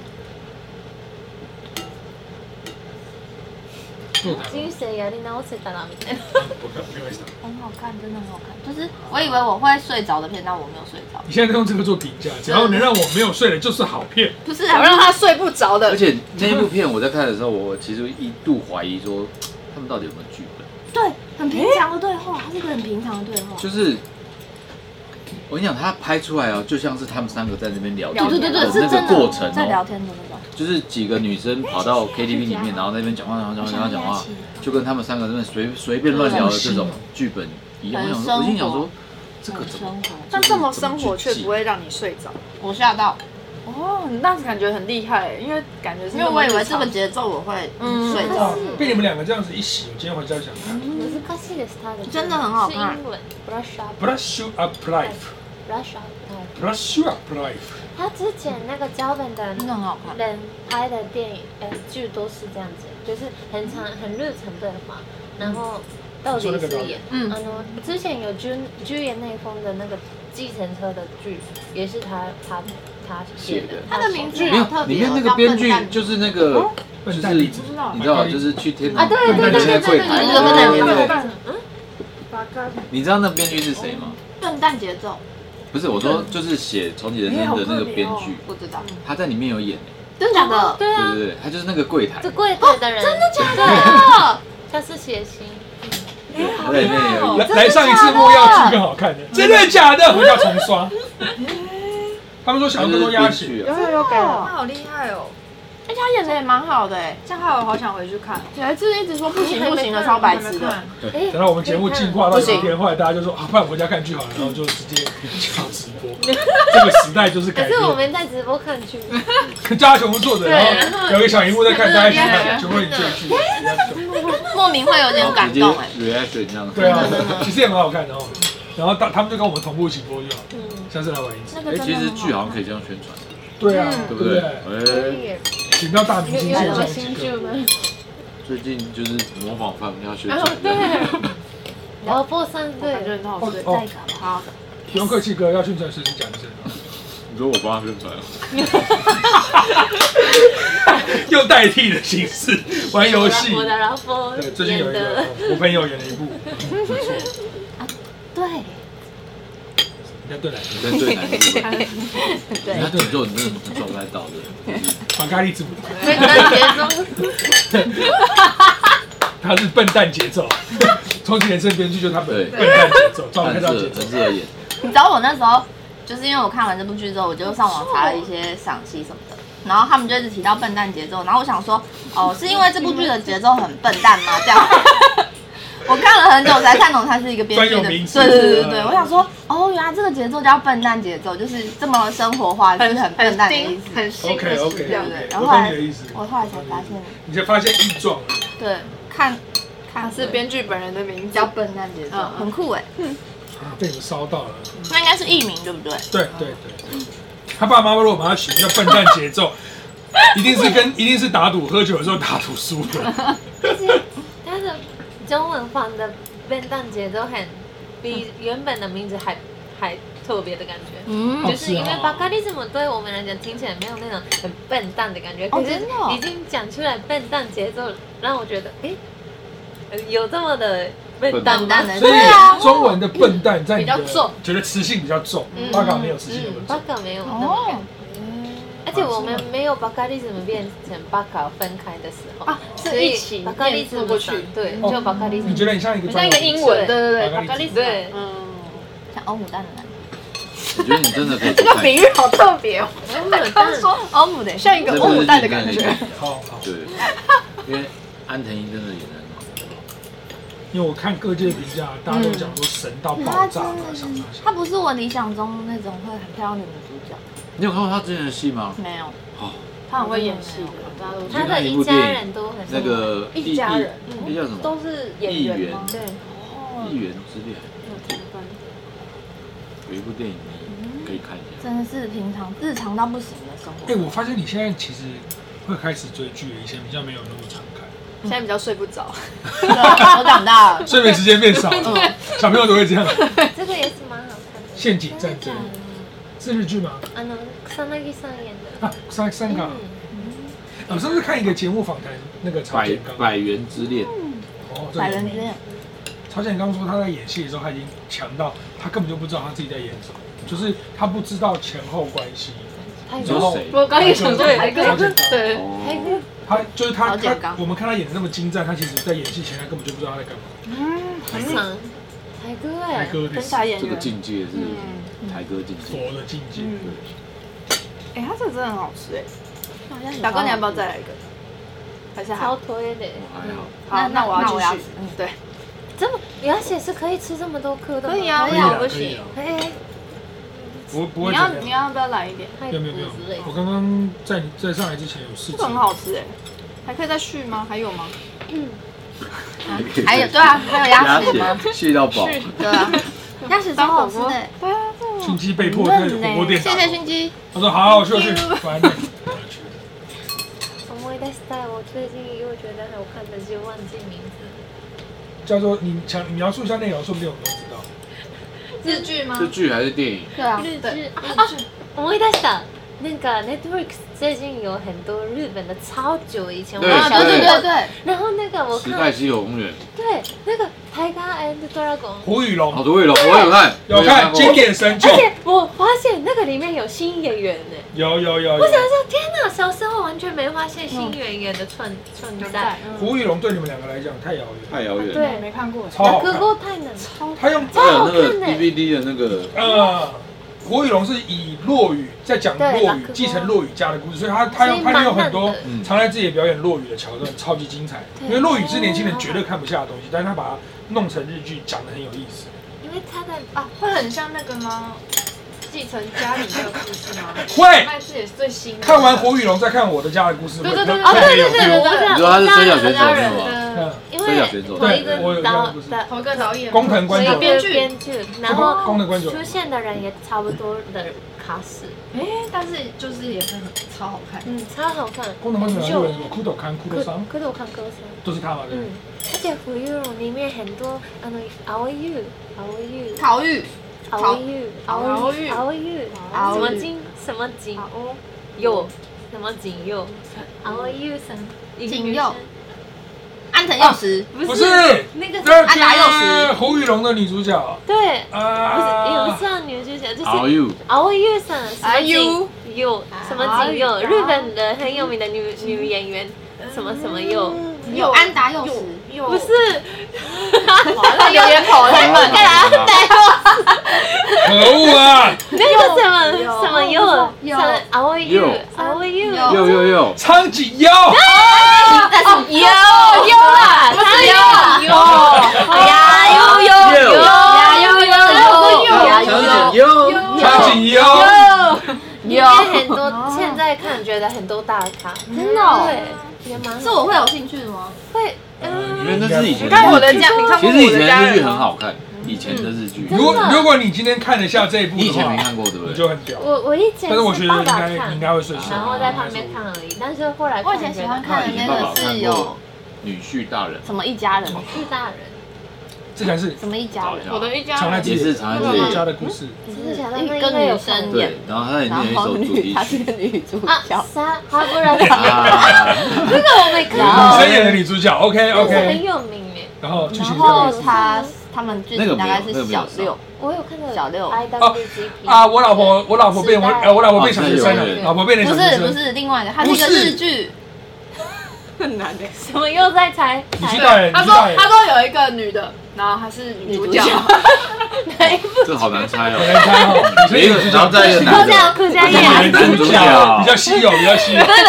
做台湾
人生やり直せたらみたいな。
不看啊没关系的
哎很好看，真的很好看。就是我以为我会睡着的片，但我没有睡着。
你现在在用这个做评价，只要能让我没有睡的，就是好片。
不 是
我
啊，
让他睡不着的
而，且那一部片我在看的时候，我其实一度怀疑说，他们到底有没有剧本？
对，很平常的对话，它是一个很平常的对话。
就是我跟你讲，他拍出来哦，就像是他们三个在那边聊天
对对对，
的
是
那
真
个
的
过程
在聊
哦，
天的那种。
就是几个女生跑到 KTV 里面，然后在那边讲话，然后讲话，然后讲话，就跟他们三个在那边随随便乱聊的这种剧本一样。我想说，我心想说，这个
很
怎么
生活，
但这么生活却不会让你睡着。
我吓到，
哦，那感觉很厉害，因为感觉是
因为我以为
这
这
么
个
日常
节奏我会
嗯
睡着
哇。，啊被你们两个这样子一洗，我今天回家就想看。
難しいです。ただ
真的很好看
是英文，brush
Brush
up，brush
you up life,
up。
brush you up life。
他之前那个脚本的
真的很好看。
人拍的电影、呃剧都是这样子，就是很长、很日常对话，然后到底是演，嗯，
嗯
然后之前有居居野内丰的那个计程车的剧，也是他他他写
写
的
的，
他的名字
没有，里面那个编剧就是那个，就是你知道，就是去天堂柜台那个，
嗯
你知道那编剧是谁吗？
笨蛋节奏，
不是，我说就是写《重启人生》的那个编剧，
不知道，
他在里面有演，
真的假的？
对
对
啊，
对对，他就是那个柜台
这，柜台的人，真的假的？他是血型，
他在里面也
哦
有
哦
演。
来来上一次莫要剧更好看的，真的假的？回家重刷。 他们说想要多多压血，
去
有有有改了，
他
好厉害哦！
而且哎他演的也蛮好的哎，
这样害我好想回去看哦。
有一次一直说不行不行的，超白痴的。
哎
等到我们节目进化到
不行
有一天，后来大家就说啊，不然回家看剧好了，然后就直接靠直 播。这个时代就是
可
改
是我
变。
们在直播看剧，
大家全部坐着，然后有一个小荧幕在看，大家一起
对
看，全部人追 剧。
莫名会有点感动
啊
哎。
直接 reaction 这样。
对啊
真的真的，
其实也很好看的哦。然后大他们就跟我们同步一起播就好，
嗯，
下次来玩一次。
哎，其实剧好像可以这样宣传，
对啊，
嗯
对
对不
不
对
对？？
可
哎，
以，
请到大明
有
星
有
线
什么
上
新
几
剧
个。
吗？
最近就是模仿范要宣传
哦，，对，老播三
感觉
对，
很好
哦
睡。
哦，
好，
不用客气哥，要宣传随时讲 一声啊。
你说我帮他宣传，啊
用代替的形式玩游戏。
我的老播
对，最近有
演
一个
的，
我朋友演了一部，不错，
对，
人家 对来
你在对男的，
对
他对你说你真的抓不太到的，
玛咖喱之母，
所以跟节奏
他是笨蛋节 奏，重启人生编剧就是他
对
本笨蛋节奏，抓不太
很适
到
合
节奏
很。适合演。
你知道我那时候就是因为我看完这部剧之后，我就上网查了一些赏析什么的，然后他们就一直提到笨蛋节奏，然后我想说，哦，是因为这部剧的节奏很笨蛋吗？这样， 我看了很久才看懂它是一个编剧的，
专有
对
名词
对对对对，
嗯
我想说，哦，原来这个节奏叫笨蛋节奏，就是这么生活化，就是很笨蛋的意
丁
思，
很新的
OK
时
OK，
对
代
不对？然
我
后后
懂
来
你的意思。
我后来才发现，
你就发现异状了，
对，看看
是编剧本人的名字
叫。笨蛋节奏，
嗯嗯
很酷哎，
啊被你烧到了。
那应该是艺名对不对？
对对对对，他爸妈如果把他取名叫笨蛋节 奏，一定是跟一定是打赌，喝酒的时候打赌输的。
但是他的中文放的笨蛋节奏很比原本的名字还还特别的感觉。
嗯
哦
就是因
是
为
哦
巴卡利什么对我们来讲听起来没有那种很笨蛋的感觉，
哦
可是
真的哦
已经讲出来笨蛋节奏，让我觉得诶，呃有这么的笨蛋吗
笨蛋？的，
所以
对啊，
中文的笨蛋在你的
比较重
觉得词性比较重，
嗯
巴卡没有词性那么
巴
重。
卡没有那么感
哦
觉，，而且我们没有巴卡利什么变成巴卡分开的时候
啊
所
是
以
一起
巴卡利什
念
么
过去
对，
哦
就巴卡利什
你
么
觉得你像一个
很嗯像一个
专有名
英
词
文，对对对，
马
马
格
格
丽
丽
斯
斯，
对
嗯，
像欧姆蛋的感
我
觉，
觉得你真的可以去
这个
看
比喻好特别哦，
刚说欧姆的，
像一个
那
欧
不
姆
是
蛋的
简单
感
一个
觉。
比喻
好好，
对，因为安藤英真的演的很好。
因为我看各界评价，
嗯
大家都讲说神到爆
她
炸
真
嘛，
的是
想啥想，
她不是我理想中那种会很漂亮的女主角，
你有看过他之前的戏吗？
没有，
哦，
她
很
很
会
会
演
演
戏
戏
的，大家
嗯
都
他的一家人都很
那个
一家人，
那叫什么？
都是
演
演
员
员
吗
吗？
对
对，
一元之恋，有一部电影你可以看一下。
真的是平常日常到不行的生
哎，
活。
我发现你现在其实会开始追剧了，以前比较没有那么常看。
现在比较睡不着，
我长大了，
睡眠时间变少 了，小朋友都会这样。
这个也是蛮好看的。
陷阱战争是日剧吗？
あの草薙さん演的。
啊，三三哦港。
嗯
我上次看一个节目访谈，那个曹
百
建刚，
百元之恋，
哦，
百人
对
之恋，
曹建刚说他在演戏的时候，他已经强到他根本就不知道他自己在演什么，就是他不知道前后关系。
你
然
说
后
谁？
我刚也想说
对
白哥
曹建刚，
对，
哦，
他就是他
曹建
他
刚，
我们看他演的那么精湛，他其实在演戏前他根本就不知道他在干嘛。
台上，台哥哎
台，哥的
灯塔演
这个
员，
境界是台哥境界。
佛的境界，
嗯，哎，他这个真的很好吃哎，大
大哥
哥
你
你
要
要
不
不要
要再？
再来一个？还是
超
好，
推的。
我还好，
好，
那
那我
那我要
要继
吃
续，对，
这么而且是可以吃这么多颗的吗。
可以啊
可以
哎
啊
呀，
可
不
以
行
啊，
哎，
不不
你
会
要
怎么
你
样。
要不要来一点？
太
没
多
有没有没有
之类，
我
的。
刚刚在你在上来之前有事情，
这个很好吃哎，还可以再续吗？还有吗？
还有对啊，还有鸭
鸭
血吗？
血续到饱，
对啊，鸭血超好吃的，
对啊，这
熏鸡被迫在火
欸
锅店打
谢
工。
谢熏鸡。
他说好，我去我去，反正我要去。
思い出したい。我最近又觉得好看的就忘记名字。
叫做你想你描述一下内容，说不定我们都知道。
日剧吗
这剧还是电影？
对啊，
日
对
剧啊，思い出した。那个 Netflix 最近有很多日本的，超久以前我
对
啊
小
对
时候
对对对，
然后那个我
时代
看，
西游公园，
对那个《Tiger and Dragon》，
胡宇
好
龙
多位了，我有看，
有看经
经典。
典神剧
而，且我发现那个里面有新演员呢。
有有有
我想
有。
说，天哪，小时候完全没发现新演员的存存在。
胡宇龙对你们两个来讲太遥远，
太遥远了。
对，
没看过，
超
那
好
哥
看。
哥太难超
他用
还有那
超好
个
看欸
DVD 的那个，
呃，胡宇龙是以落语在讲
对
落
拉
语
哥哥
继承落语家的故事，所以他他用他利用很多
所以
嗯，
常在自己表演落语的桥段，超级精彩。
对
因为落语是年轻人绝对看不下的东西，但是他把它弄成日剧，讲的很有意思。
因为他的
啊，会很像那个吗？继承家里的故事吗？
会
麦是也是最新的。
看完胡宇龙再看我的家的故事，
对对对
会
对
哦，
会
对
很有
对对对，
feel
我知道，
你说他是摔跤选手
我知
是
道
对
吗？
嗯
因
摔跤
为
选手
同一
对我有这
个
样的
导
故事
的
同一个导演
工藤
同
官
一
九郎，
个
编剧
编剧，嗯然后
工藤官九郎
出现的人也差不多的卡司，
哎，但是就是也是很超好看。
嗯，超好看。
工藤官九郎有人什么哭斗看哭斗桑，
可是我看歌声。
都是他嘛，对不对
嗯。，而且胡玉龙里面很多，啊，那熬玉、熬玉、
烤玉，
熬玉、熬玉、熬玉，
熬
什么
玉
金什么金
哦，
佑，什么嗯景佑，熬玉什么
景佑安藤佑实，
不
不
是
是那个啊
这
安达佑
是胡宇龙的女主角
对，不是哎也
啊
不，像女主角，就是
Are you？
熬夜上什么
哎呦
景佑，什么景佑，日本的很有名的女女演员，什么什么佑，
有安达佑实，
又
不是，
完了，啊 有点跑了。
太慢了，
可恶
哎
啊！
那个什么什么佑，
佑
什么熬夜
佑
熬夜，
佑
又又又，
苍井
哎
优，
但是有有啊，
啊，他
有
佑，很多，现在看觉得很多大咖，
真的哦
对，也蛮
是我会有兴趣的吗？
会，
呃
因
嗯，
为那是以前
你看我的家，你看
其
过
实以
我的
前
家
的日剧
人
很
吗？
好看，以前的日剧，
如
真
果
的
如果你今天看得下这一部
你以
的
前
话
没，看过对不
你
对
就？很屌。
我我以前
但是我觉
是
得
爸
应
爸
该你应
看，
该会睡醒，
然后在旁边看而已，但是后来
我以前喜欢看的那
那
个
以前爸爸
是
有看
有
过女婿大人
什么一家人，
是大人，
这才是
什么一家人，
我的一家
常来
人
自己
也是常来自
我
己
家的故事，
真的假的？那
一个
嗯应该有
女生
看过
对，然后它里面有一
然后
首主
女
题
她是
曲
个女主
啊，
角，
啥？哈不然 怎么样？
啊，
这个我没看
然
女
后
过，
生演的女主角，OK
但是很
OK，
有名哎，
然后剧
然
情是这样
后
子
她他们剧
那个没
情大
有
概
那
是
个没有
小六，
我有看到
小六
I W G P
啊，我老婆我老婆变我
时代
呃我老婆变小学生
哦对
了，
对
老婆变
不
成小
是
学
不
生，
是另外一个，它是一个
不是
日剧，很难的，
什么又在猜
你
猜
去大人，
他
你
说
去大人
他，说有一个女的，然后她是女主角
女主，
这好难猜
有人
哦。
猜哦，
没有，然后再一个
客
男的，
家客家
这
对
种
宴
人主角比较稀有，比较稀有。
不是，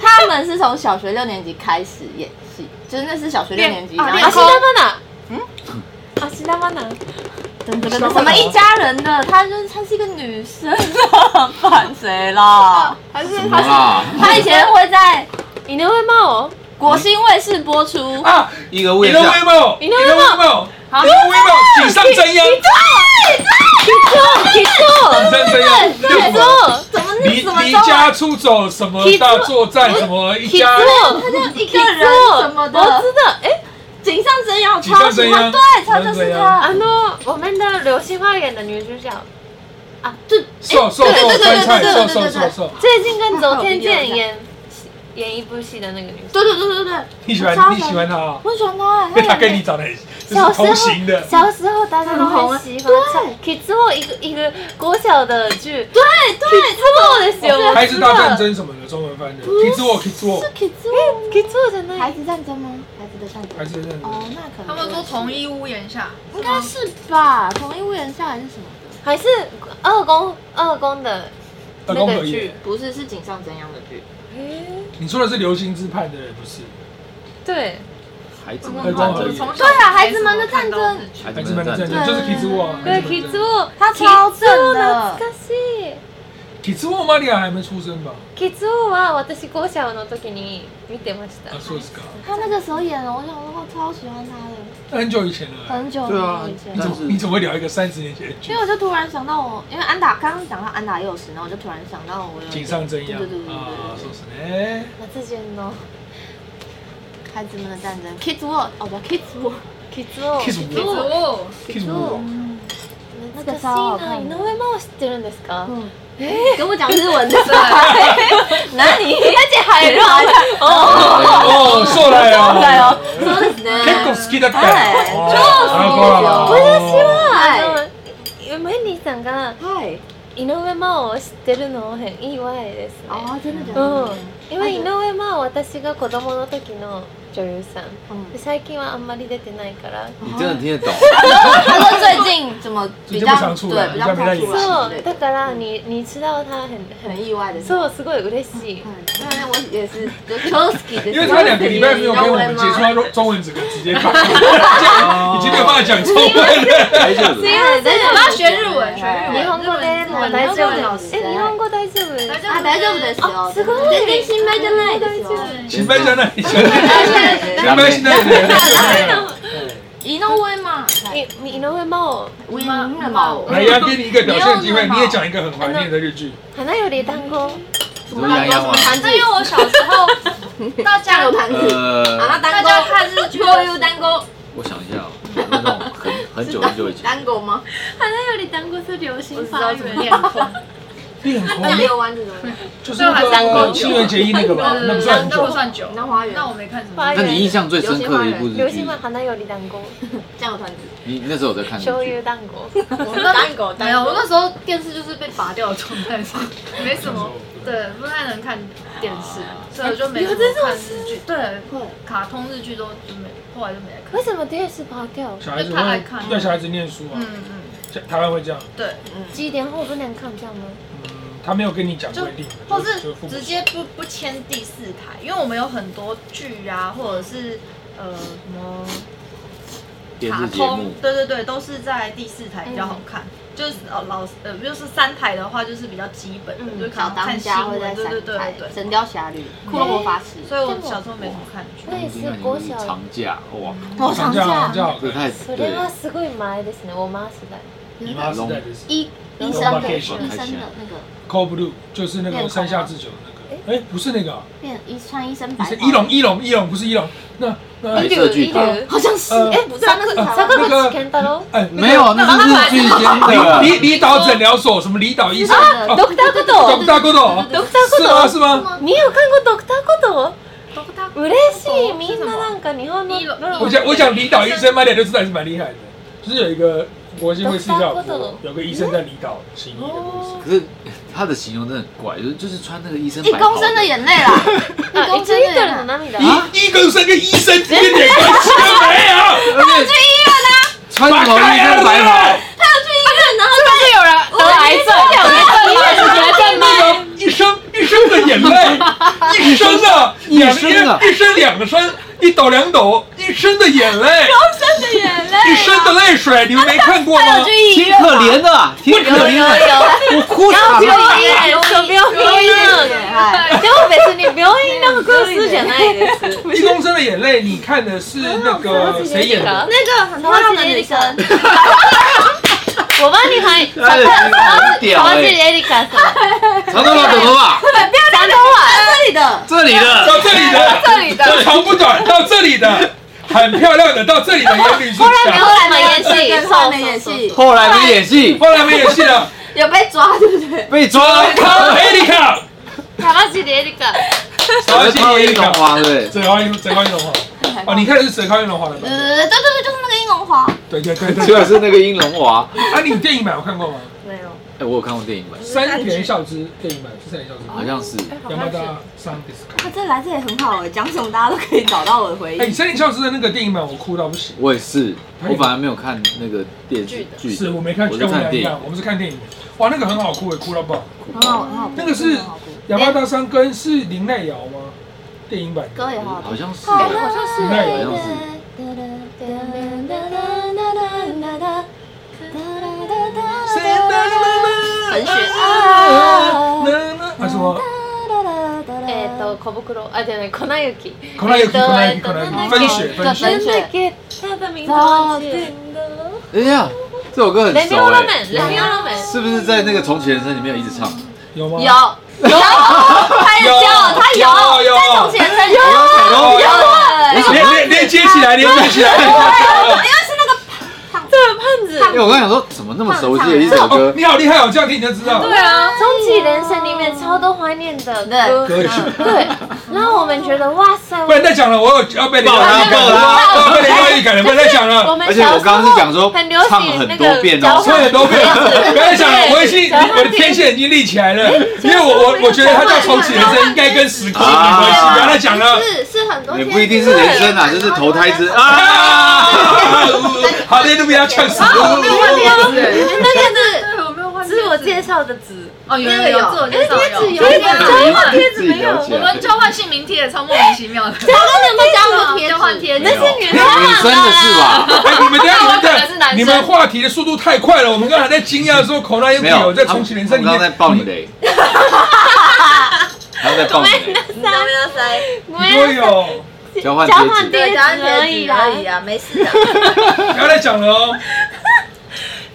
他们是从小学六年级开始演戏，就是那是小学六年级，
练
然
啊
后
练
阿西达曼娜，嗯，阿西达曼娜，
真的什么一家人的，她就是她是一个女生， 反谁 啦？
还是
什么 啊
她是
啦？
她以前会在
你那会骂我？
国新卫视播出，
啊，
一个
你
味
的
道，
Weibo，
你
你
的
的
Weibo
Weibo，你的 Weibo，锦上真央，锦上真央，
你错，你错，怎么
离离
啊
家出走，什么大作战，什么一
你
家，
错？
一
你
个人
错
什么
我
的，
知道，哎，
井上真央
锦上
超
真
喜欢，
央，
对，她就是哎她。
啊那我们的《流星花园》的女主角，啊，对，
瘦瘦
对
瘦
对对
酸菜，
对
瘦
对
瘦
对
瘦瘦，
最近跟昨天见演演一部戏的那个女生，
对对对对对，
你喜欢你喜欢他啊？
我喜欢她，她
因为 他
演
跟
的
你长得很，就
小
是
时候
同型的，
小时候大家都很喜欢唱 Kizuo 一个一个国小的剧，对对，Kizuo 的
哦
我
孩子大战争什么的，中文翻的，kids war kids war，
是 Kids
可以做的那
孩
一
子战争吗？孩子的战争
孩子大战
哦
争，，
那可能
他们说同一屋檐下，
应该是吧，同一屋檐下还是什么的？
还是二宫二宫的
二
那
宫和
个
也
剧。，
不是，是井上真央的剧。
你说的是流星之派的人不是？
对，
孩子
我
们站
对
着
我
演，
从小
对啊，孩子们的战争，
孩
孩
子
子们
们
的
站
战
着
争
演，
就是 kids war，
对 Kizuo
他超正的
懐。かしい。
kids war 玛利亚还没出生吧？
Kizuo は私国小の時に見てました
啊，。说是か，
他那个时候演了，我想说，我超喜欢他的，
那很久以前了欸。
很久
对啊
很久以前
你。怎么
但是
你怎么会聊一个三十年前的剧
因为？我就突然想到我，因为安达刚刚讲到安达幼时，然后我就突然想到我有
井上真央
对对对对
啊，
对
说是呢。
夏純の
对，孩子们的战争，Kids War，哦不，Kids War，
Kizuo。
kids
其实
war
我
kids war，
懐かしいな。井上真央知ってるんですか？
跟我讲日文的，哪里？而且
海浪
哦，そうだよ。
对哦，そうで
結
す
構
ね。
好きだった
哎
よ。
超好
き
私
は
はあのメンディーさんが
はい。
井上真央を知ってるのいいわいですね。
ああ、真的假
うん
的？。
今井上真央私が子供の時の女優さん。
嗯
で最近はあんまり出てないから。
你真的听得懂？
他说最近怎么比较对比较不常出来
そ
之
う
类
だ
的，
からに你知道他很
很
很
意外的。
そうすごい嬉しい。
嗯，那那我也是，就 Chosky 的。
因为他两个礼拜没有跟我们接触，他中文整个直接把，已经没有办法讲中文了。
还有
对，但是
我要学日文，学日
日
文。
本語で
日文
大丈夫です。
日
え
文
日本語大丈夫です。
大丈
啊，大丈夫ですよ。
すごい
全然心配じゃないですよ。
心配じゃない。心
ラ
配しないで。
井上嘛，
你你井上真央
我井上嘛，
来呀，给你一个表现机会，你也讲一个很怀念的日剧。
花より団子。
什么洋洋吗？
那因为我小时候，大
酱
家
油盘子，麻辣
啊
呃，
单
大
锅，
家看日剧
醤油单锅，
我想一下哦，那种很很久很久以 前，
单锅吗？
花より団子是流
我
星
知道
花
怎么
园。
练空，
恋
那
红
没有丸子怎么样？
就是那个新垣结衣那个吧，那不算很
那不
久。
算久。
那花园，
那我没看什么
花
那你印
园。
象最深刻的一部
流
日
星
剧
は？花より団子。
酱油团子，
你那时候有在看日
醤
剧
油？団子。
单锅，
没有，我那时候电视就是被拔掉的状态，所以 没什么，对，不太能看电视，
啊
所以我就没怎么看日剧。对，
会
卡通日剧都就没，后来就没来看。
为什么电视跑掉？
小孩子会要小孩子念书啊
嗯，嗯，
台湾会这样。
对，
几点后不能看这样吗？
嗯，他没有跟你讲规定，
或是直接不不签第四台，因为我们有很多剧啊，或者是呃什么
电
卡
视节
通
目，？
对对对，都是在第四台比较好看，就是老老呃，就是三台的话，就是比较基本的，就可
小
能
当
看新
家会
闻，
在三
对对对
台
对，对。
神雕侠侣》《骷髅魔法使》
所以我小时候没怎么看剧。
我也是国小
长假，哇，
多
涨
长
价
假
涨？价
这太
そ
对
れはすごい前ですね。我妈时代。
你妈时代就是
医医生的医生的那个
Cold Blue，就是那个山下智久的那个。哎，不是那个啊，
变医穿医生白
是
袍，
一龙一龙一龙，不是一龙。那那
白色巨塔，
好像是
呃
哎，不是啊那个是
坂
啥？
那
口
个
健太郎。
哎，那个
没有，啊那是日剧间的。
离离岛诊疗所，什么离岛医生，
啊
ドクターコトー。
大哥的，
ドクターコ
是
ト
吗？
ー。
是吗？
みゆかんごドクターコトー。
都不大
嬉しい。みんななんか日本の。
一楼
我
ド
讲我讲离岛医生，买两就知道还是蛮厉害的，就是有一个国际会世界国，有个医生在离岛行医的故事。
可是他的形容真的很怪，就是就是穿那个医生
一
白袍
公升的眼泪啦，一
あ、
公
一
升
リッ
的
トル
眼
の
泪，
涙。
医医生跟医生之间一点关系都没有，
而且
啊
穿什么医生白袍？
他要去医院，然后
是有人得癌症，有癌症，你也是觉得吗？
那个一生一生的眼泪，一生啊，两一生两生，一抖两抖，一生的眼泪，一生的泪水，你们没看过吗？
挺
啊
可怜的，挺可怜的，我哭惨了。
病院の病院。
哎，
でも別に病院の空数じゃないです。
一公升的眼泪，你看的是那个谁演的？
那个很漂亮的女生，
我帮你喊，
哎，很屌
我是
哎！
エリカさん。
长头发，短头发，
山东啊，这里的，
这里的
到这里的，这里的长不短，到这里的，很漂亮的，到这里的演女主
哎
后
角。
来没演 戏，
后来没演戏，
后来没演戏，
后来没演戏了，
有被抓对不对？
被抓了，
康艾丽卡，
川尻エリカ。
超级
靠
艾丽
一
卡
种，花，对不
折高一折高一龙华。哦，你看的是折高一龙华的
对
版
对对对，就是那个殷龙华，
本。对对对
对？虽
对。
然是那个英龙娃，
啊，你电影版有看过吗？
哎，我有看过电影版，
山田孝之电影版是山田孝之吗，
好像是
山田孝之。山田孝之。
他这来这也很好哎，讲什么大家都可以找到我的回
哎，
忆。
山田孝之的那个电影版我哭到不行。
我也是，我反而没有看那个电视剧，
是我没看，
我
跟
就
我们
看
俩一
电
样，
影。
我们是看电影。哇，那个很好哭，也哭到爆。
很好，很好哭，
那个是
很好哭
哑巴大山跟是林奈瑶吗？电影版的
歌也好
好
好听，
像是，
好
好
像
林奈瑶
像是，
文学
啊什么？
えっと小袋あじゃない粉雪。
可能有，可能有，
えっと
可能
なん
有
だっ
分
け
血，分血。
なんだっけただみんな忘れてんだ
哎呀，这首歌很
レミ
熟
オラー
哎
メ。ンレミオラーメン。
是不是在那个《重启人生》里面有一直唱？
有吗？
有有，他有他有，
有
在重前生有
哦
有
哎有，啊对
有
连连连接起来，连接起来。
因为我刚想说，怎么那么熟悉的一首
哦
歌，？
你好厉害哦，这样听你就知道。
《终极人生》里面超多怀念的歌，
可以，
对，然后我们觉得哇塞，
不能再讲了，我有要被
爆啦
感
爆啦
了，被雷一感了，不能再讲
我
了。
们
而且我刚刚是讲说
很流
唱
行
很
那
多
个
遍
交
哦，
所
换
有人都被，不要再讲了，我已经我的天线已经立起来了，因为我我我觉得它叫重启人生，应该跟时空有关系，不要再讲了。
是是很多
也
天使，
不一定是人生啊，就是投胎之啊。
哎好，那都被他呛死了。
那
对，我没有换
个是自我介绍的纸，
哦，有有有自我介绍有。
有一个交换贴纸
自己
没有
聊？起
我
来。
们交换姓名贴，超莫名其妙的。
那
交换贴纸，
那是女
女生的是吧？
哎，你们等下，你们等下，你们话题的速度太快了。我们刚才在惊讶说，口袋有
没
有
有，
在重启人生里
我刚刚在
面，
爆你雷，他在爆你雷，
你都没有塞，
对哦，
交换
交
贴
换
纸。
贴
对，
纸
讲解
而
而
已
已
啊
而，已啊，没事的。
不要再讲了哦。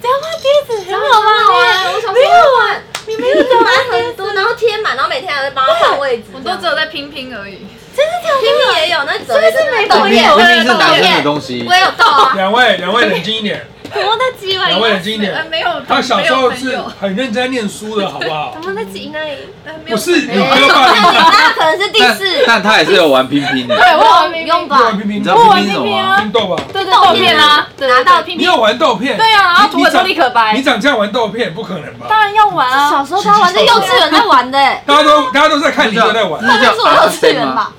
交换贴纸很好玩，
我想没有啊，你没有就买很多，然后贴满，然后每天还会帮他换位置。
我都只有在拼拼而已。
拼命也有，那折
这是美国
明明
也有
明明是男生的东西
我，也有到啊，
两位，两位冷静一点，
友達は
两位冷
い
静一
呃，
点。
没有，
他小时候
没
是
有朋友
很认真在念书的，好不好？
友達いない。
呃没有
不是，你
朋友
不要霸凌他。
那可能是第
但
四，
但他也是有玩拼拼的，
对，我
不用
不玩
吧？
拼拼
你知
拼啊
道拼拼什么吗？
豆吧？
对对豆片啊，
拿到拼
你有玩豆片？
对啊，然后涂
你
的立可白
你，长这样玩豆片不可能
当
吧？
然要玩啊。
小时候他玩，是 幼稚园在玩的，哎
大家都大家都在看你都在玩，
那是我幼稚园吧？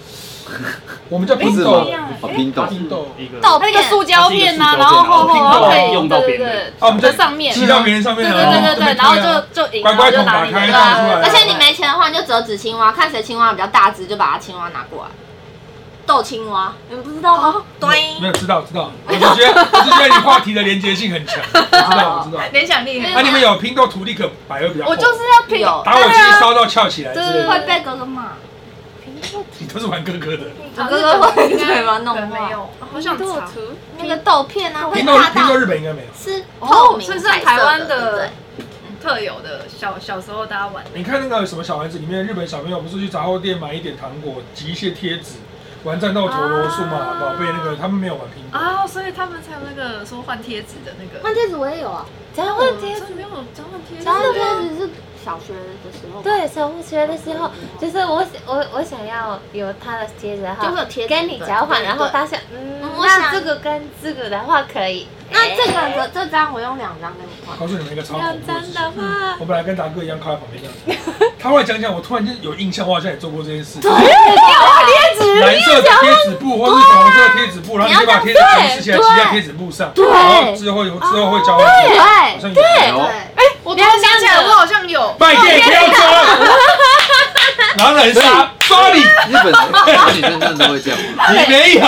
我们叫
不
拼
是吗
豆，？
哦，拼豆，
拼啊豆。
一个
倒
那个塑胶片呐，然后厚厚，然后可以对对
啊，我们
对，
在
在上面，
骑
对
到别人上面，哦
对
然后
对对对，啊然后就就赢，
啊乖
然后
乖
就
桶
拿
打
你
开，
的。
拿出来。
而且你没钱的话，你就折纸青蛙，看谁青蛙比较大只，就把它青蛙拿过来。斗青蛙，你们不知道
哦
吗？对
没有知道知道，我就觉得我就觉得你话题的连接性很强，我知道我知道。
联想力很
啊，你们有拼斗土地可百会比较厚，
我就是要拼，
打火
啊
机烧到翘起来之类
对，
的，
会被哥哥骂。
你都是玩哥哥的。
我哥哥会对吗？
可
弄
能没
坏
有，好想
我
查。
图，
那个豆片啊，会
拼斗
大
拼
到
斗日本应该没有。
哦是透明
这
彩色的，
是台湾
对不
的
对
特有的，小小时候大家玩的。
你看那个什么小丸子里面，日本小朋友不是去杂货店买一点糖果，集一些贴纸，玩战斗陀螺数码宝贝那个，他们没有玩拼斗。
啊、所以他们才有那个说换贴纸的那个。
换贴纸我也有啊，
交换贴
哦所以没有交换贴纸。
然后贴纸是小学的时候，，
对，小学的时候，就是我想我我想要有他的贴纸，然后
就会有贴纸
跟你交换，
对
然后
对
他想，嗯
嗯，我
那
想
这个跟这个的话可以，哎
那这个这这张我用两张跟你换，
告诉你们一个超恐怖的事
真的
情，
话，
我本来跟达哥一样靠在旁边这样子，他后来讲讲，我突然间有印象，我好像也做过这件 事。蓝色的贴纸布或是粉红色的贴纸布，然后你就把贴纸布撕起来，
对
骑在贴纸布上，
对
然后之后有之后会交换，好
对
像有。
有
对，
我突然想起来，我好像有。
拜电不要抓， 然后人杀抓你，
日本日本女生真的都会这样吗？
你没有，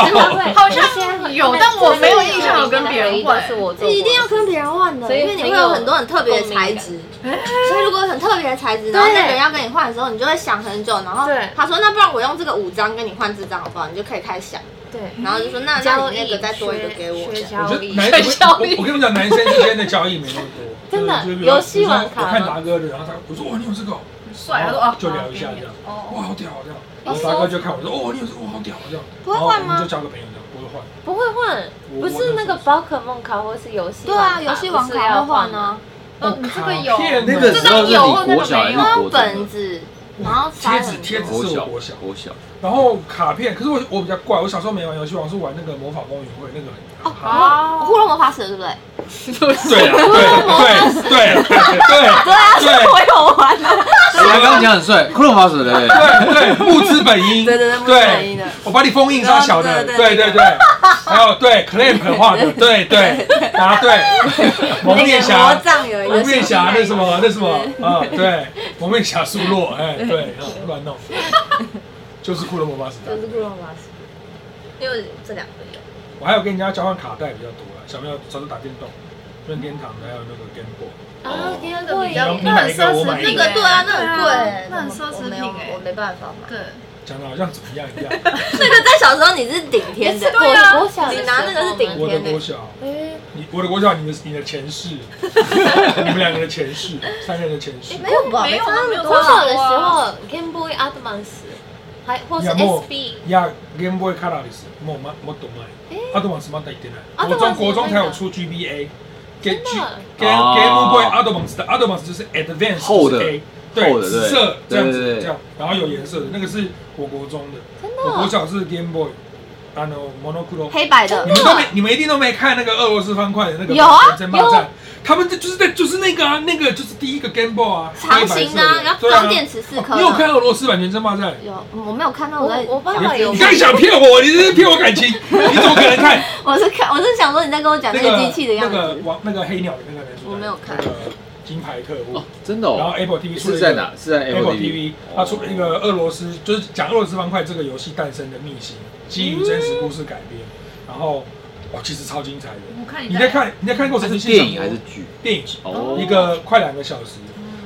好像有但我没有印象有跟别人
回忆都是我做过的，
一定要跟别人换的，
所以
因为你会
很有
有很多很特别的材质，哎所以如果有很特别的材质，然后那个人要跟你换的时候，你就会想很久，然后
对
他说那不然我用这个五张跟你换这张好不好？你就可以开始想，
对。
然后就说那那
交
你
易
那个再多一个给我
学，学
这样
我
交
觉得
易，
男
交
我
易
我跟你们讲，男生之间的交易没那么多，
真的
就是比如
游戏王卡
我看达哥的，然后他我说哇你有这个哦，
很帅，他说啊，
就聊一下这样，哇
哦，
好屌好屌，然后达哥就看我说哦你有这个哇好屌好屌，
不会
然
换
后我们
吗
就？交个朋友这样，不会换，
不会换，
我
不是那个
我
宝可梦卡或是游戏
对啊，游戏王卡
要
要换啊，
哦，你这个有
骗
那个
人
时候是你国小还是
他用
国中
本
的？
子，然后塞
嗯贴
很
纸
多
贴纸
国
是
小
我国小，
国小，
然后卡片，可是我我比较怪，我小时候没玩游戏王，我是玩那个魔法公园会那个很好。
哦
啊，
骷髅魔法石对不对？
对啊，对对对对对
我有玩的，
我啊刚刚讲很帅，骷髅法使的，
对对，木之本音，
对对对，不是唯
对，
一的。哦
我把你封印上小的，对对对，还有对 clamp 画 的，对对，答对，蒙面
那个
侠
魔，杖有一个
蒙面侠那什
么？
么那什么啊，对，蒙面侠苏洛，哎对，乱弄， 就是骷髅魔法时代，
骷髅马戏，
因为这两个有。
我还有跟人家交换卡带比较多啦，小朋友小时候打电动，任天堂还有那个 Game Boy。
啊，
哦
第二
那
个
比
比
较
较
你买一个我买一
那
对
个对啊，那
对
很
啊
贵欸，
那很
怎
奢
么
侈
我没
品
有
哎
我没办法买。
对，
讲的好像怎么样一样，
那个在小时候你是顶天的，
对啊，我小
你拿那个是顶
我的
天
国
的，
小，
哎，
你我的国小，你的你的前 世，你们两个的前世，三个人的前世，
没有吧？
没有
差那么
没有
多
我
啊
小的时候 Game Boy Advance，还或是
やもう
SB，
いや Game Boy Color です。もうまもっと前。アドバンスまだ行ってない。
アド
啊国中
バンス
国中才有出 GBA。Get G
哦
Game Game Boy 啊 Advance 的 Advance 就是 Advance
厚的
就是 A，
厚
对，
的
紫
对
色这样
对对
子
对
这样，然后有颜色的那个是我国中的，
真
我国
的
小是 Game Boy，あのモノクロ。
黑白的
你，们都没，你们一定都没看那个俄罗斯方块的那个
有啊
人生爆炸，他们这就是在就是那个啊，那个就是第一个 Game Boy 啊，
长形的啊，
黑白色
然后
对啊
装电池四颗
你有看
的。
俄罗斯版《全身爆炸》？
有，我没有啊看到，
我
我在
我爸爸有
你刚才想骗我，你这是骗我 感情，你怎么可能看？
我是看，我是想说你在跟我讲那
那
个
个
机器的样
那个
子，
王那个黑鸟的那个人，
我没有看
那个金牌特务
哦，，真的
然后
哦，
Apple TV 出了
是
一
在
个
哪？是在
Apple
TV
TV，。它出了一个俄罗斯，就是讲俄罗斯方块这个游戏诞生的秘辛，基于真实故事改编，然后哇，其实超精彩的。
我看
你在看你在看过
它
程
是
就
电
欣
影
赏
还
说
是剧？
电影？
哦，
一个快两个小时，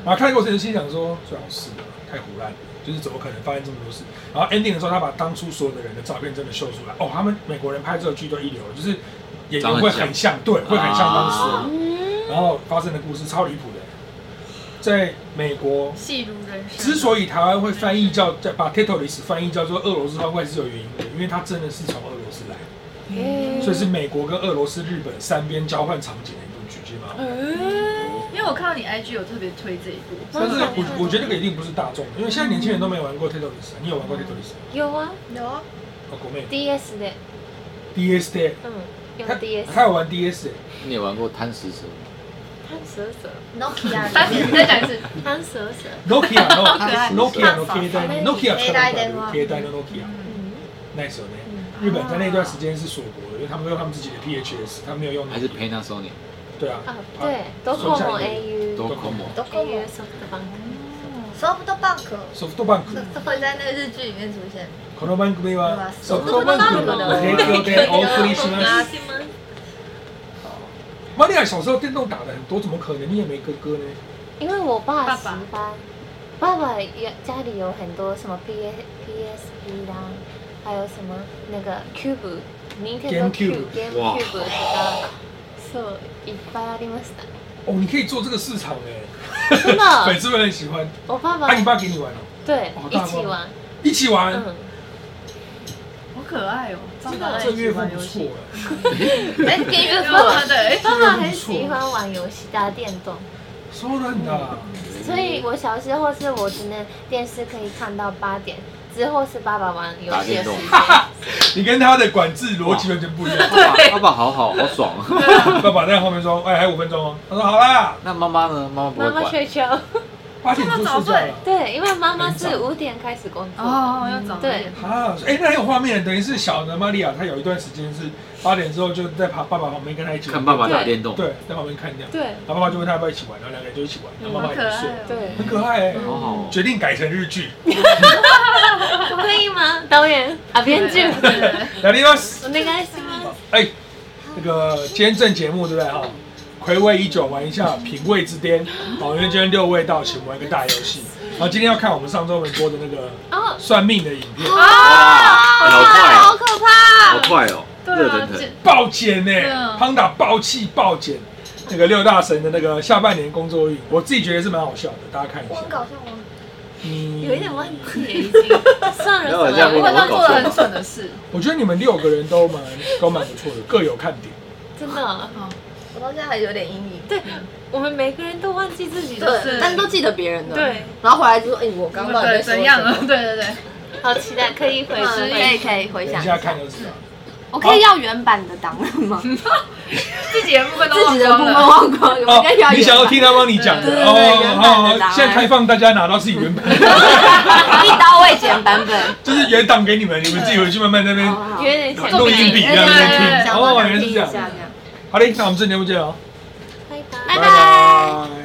然后看过程就心想说，最好是啊太胡乱了，就是怎么可能发生这么多事？然后 ending 的时候，他把当初所有的人的照片真的秀出来，哦，他们美国人拍这个剧都一流，就是演员会很像，对，会很像当时人。
嗯
然后发生的故事超离谱的，在美国。啊
戏如人生。
之所以台湾会翻译叫叫把 Tetris 翻译叫做俄罗斯方块是有原因的，因为它真的是从俄罗斯来的。
嗯
所以是美国跟俄罗斯、日本三边交换场景的一部剧集嘛。
因为我看到你 IG 有特别推这一部，
但是我我觉得那个一定不是大众的，因为现在年轻人都没玩过 Tetris，你有玩过 Tetris 吗？
有啊
有啊，
哦，国妹
DS 的，
DS 的，
嗯，用
他
DS，
他有玩 DS，
你有玩过贪食蛇？
贪蛇蛇，
但是你再讲一次，
贪蛇蛇，
Nokia Nokia Nokia
愛い
Nokia
携
Nokia 携
帯
带
電話
携帯的 Nokia
嗯，
那时候呢，日本在那段时间是锁国的，因为他们用他们自己的 PHS，他没有用
还是 Panasonic？
对啊
啊，对，都
手
过
下
某
一个
AU，
多 como？
AU 手的方
ソフトバンク
ソフトバンク
会在那个日剧里面出现。
この番組はソフトバンクの提供でお送りします。玛利亚小时候电动打的很多，怎么可能你也没哥哥呢？
因为我爸
爸
十
爸
八，爸爸也家里有很多什么 P S P S P 啦，还有什么那个 Cube、
GameCube
Nintendo Cube、Game
哇
Cube 啊，そういっぱいありました。
哦，你可以做这个市场哎，
真的
粉，丝们很喜欢。
我爸爸
啊，你爸给你玩哦，
对
哦
一
大爸
起玩，
一起玩。
嗯，
好可爱哦，真
这岳父不错哎，
哎，给岳
然后他的哎
爸
这
爸
个不
很
错
喜欢玩游戏打电动。
说人的。
嗯
所以我小时候是我只能电视可以看到八点，之后是爸爸玩游
打
戏
电
的时
动
间。
你跟他的管制逻辑完全不一样。
爸爸爸爸好好好爽啊。
爸爸在后面说：“哎，还有五分钟哦。”他说：“好啦，
那妈妈呢？妈妈不
妈
会
妈
管。
睡觉，
八点就睡觉了。
对，因为妈妈
很
是
早
五点开始工作，
哦，要长
对，
啊，哎、那很有画面，等于是小的玛利亚，她有一段时间是八点之后就在爸爸爸旁边跟她一起玩
看爸爸打电动，
对，在旁边看这样，
对
然后爸爸就问他要不要一起玩，然后两个人就一起玩，然后妈妈也不
好可爱
睡，
哦
对，
很可爱、欸，
好好哦。
决定改成日剧，
可以吗？导演啊，编剧，
来你ます。
我那个是吗？
哎、那个今天正节目对不对哈？暌违已久，玩一下品味之巅。好，因为今天六位到齐，我们玩一个大游戏。然后今天要看我们上周我们播的那个
哦
算命的影片，
哇，好快，哦
好可怕！
好快哦，热腾腾。
爆减呢、
啊
胖达爆气爆减，那个六大神的那个下半年工作运，我自己觉得是蛮好笑的，大家看一
我很
下。
搞笑吗？
嗯，
有一点忘记了，已经 算
那我
了
这样
算
问
了，
他
我
做了
搞
很
错
蠢
了。
的事，
我觉得你们六个人都蛮都蛮不错的，各有看点。
真的，
我到现在还有点阴影。
对我们每个人都忘记自己的，
对，但都记得别人的。
对，
然后回来就说：“哎，我刚刚到底在
对，
说什
怎
么
样啊？对 对对，
好期待可以回
可以
去，
可以回
等
想
一
一
下
下。
看就知道。
我
哦
可以要原版的档案吗？
嗯
自己的部分都
自己的部分
忘光
忘
了，
光，我应该要原版。
哦你想要听他帮你讲
对
的哦
对对原版的
好好
答案
现在开放大家拿到自己原版，
一刀未剪版本。
就是原档给你们，你们自己回去慢慢在那边
好 好
有点想
录音笔这
念
样
对
在
对
听。
想
哦，
我
原来
想听
是
一
这样
下这。样。
好嘞，那我们这期节目见哦，
拜拜。
拜
拜。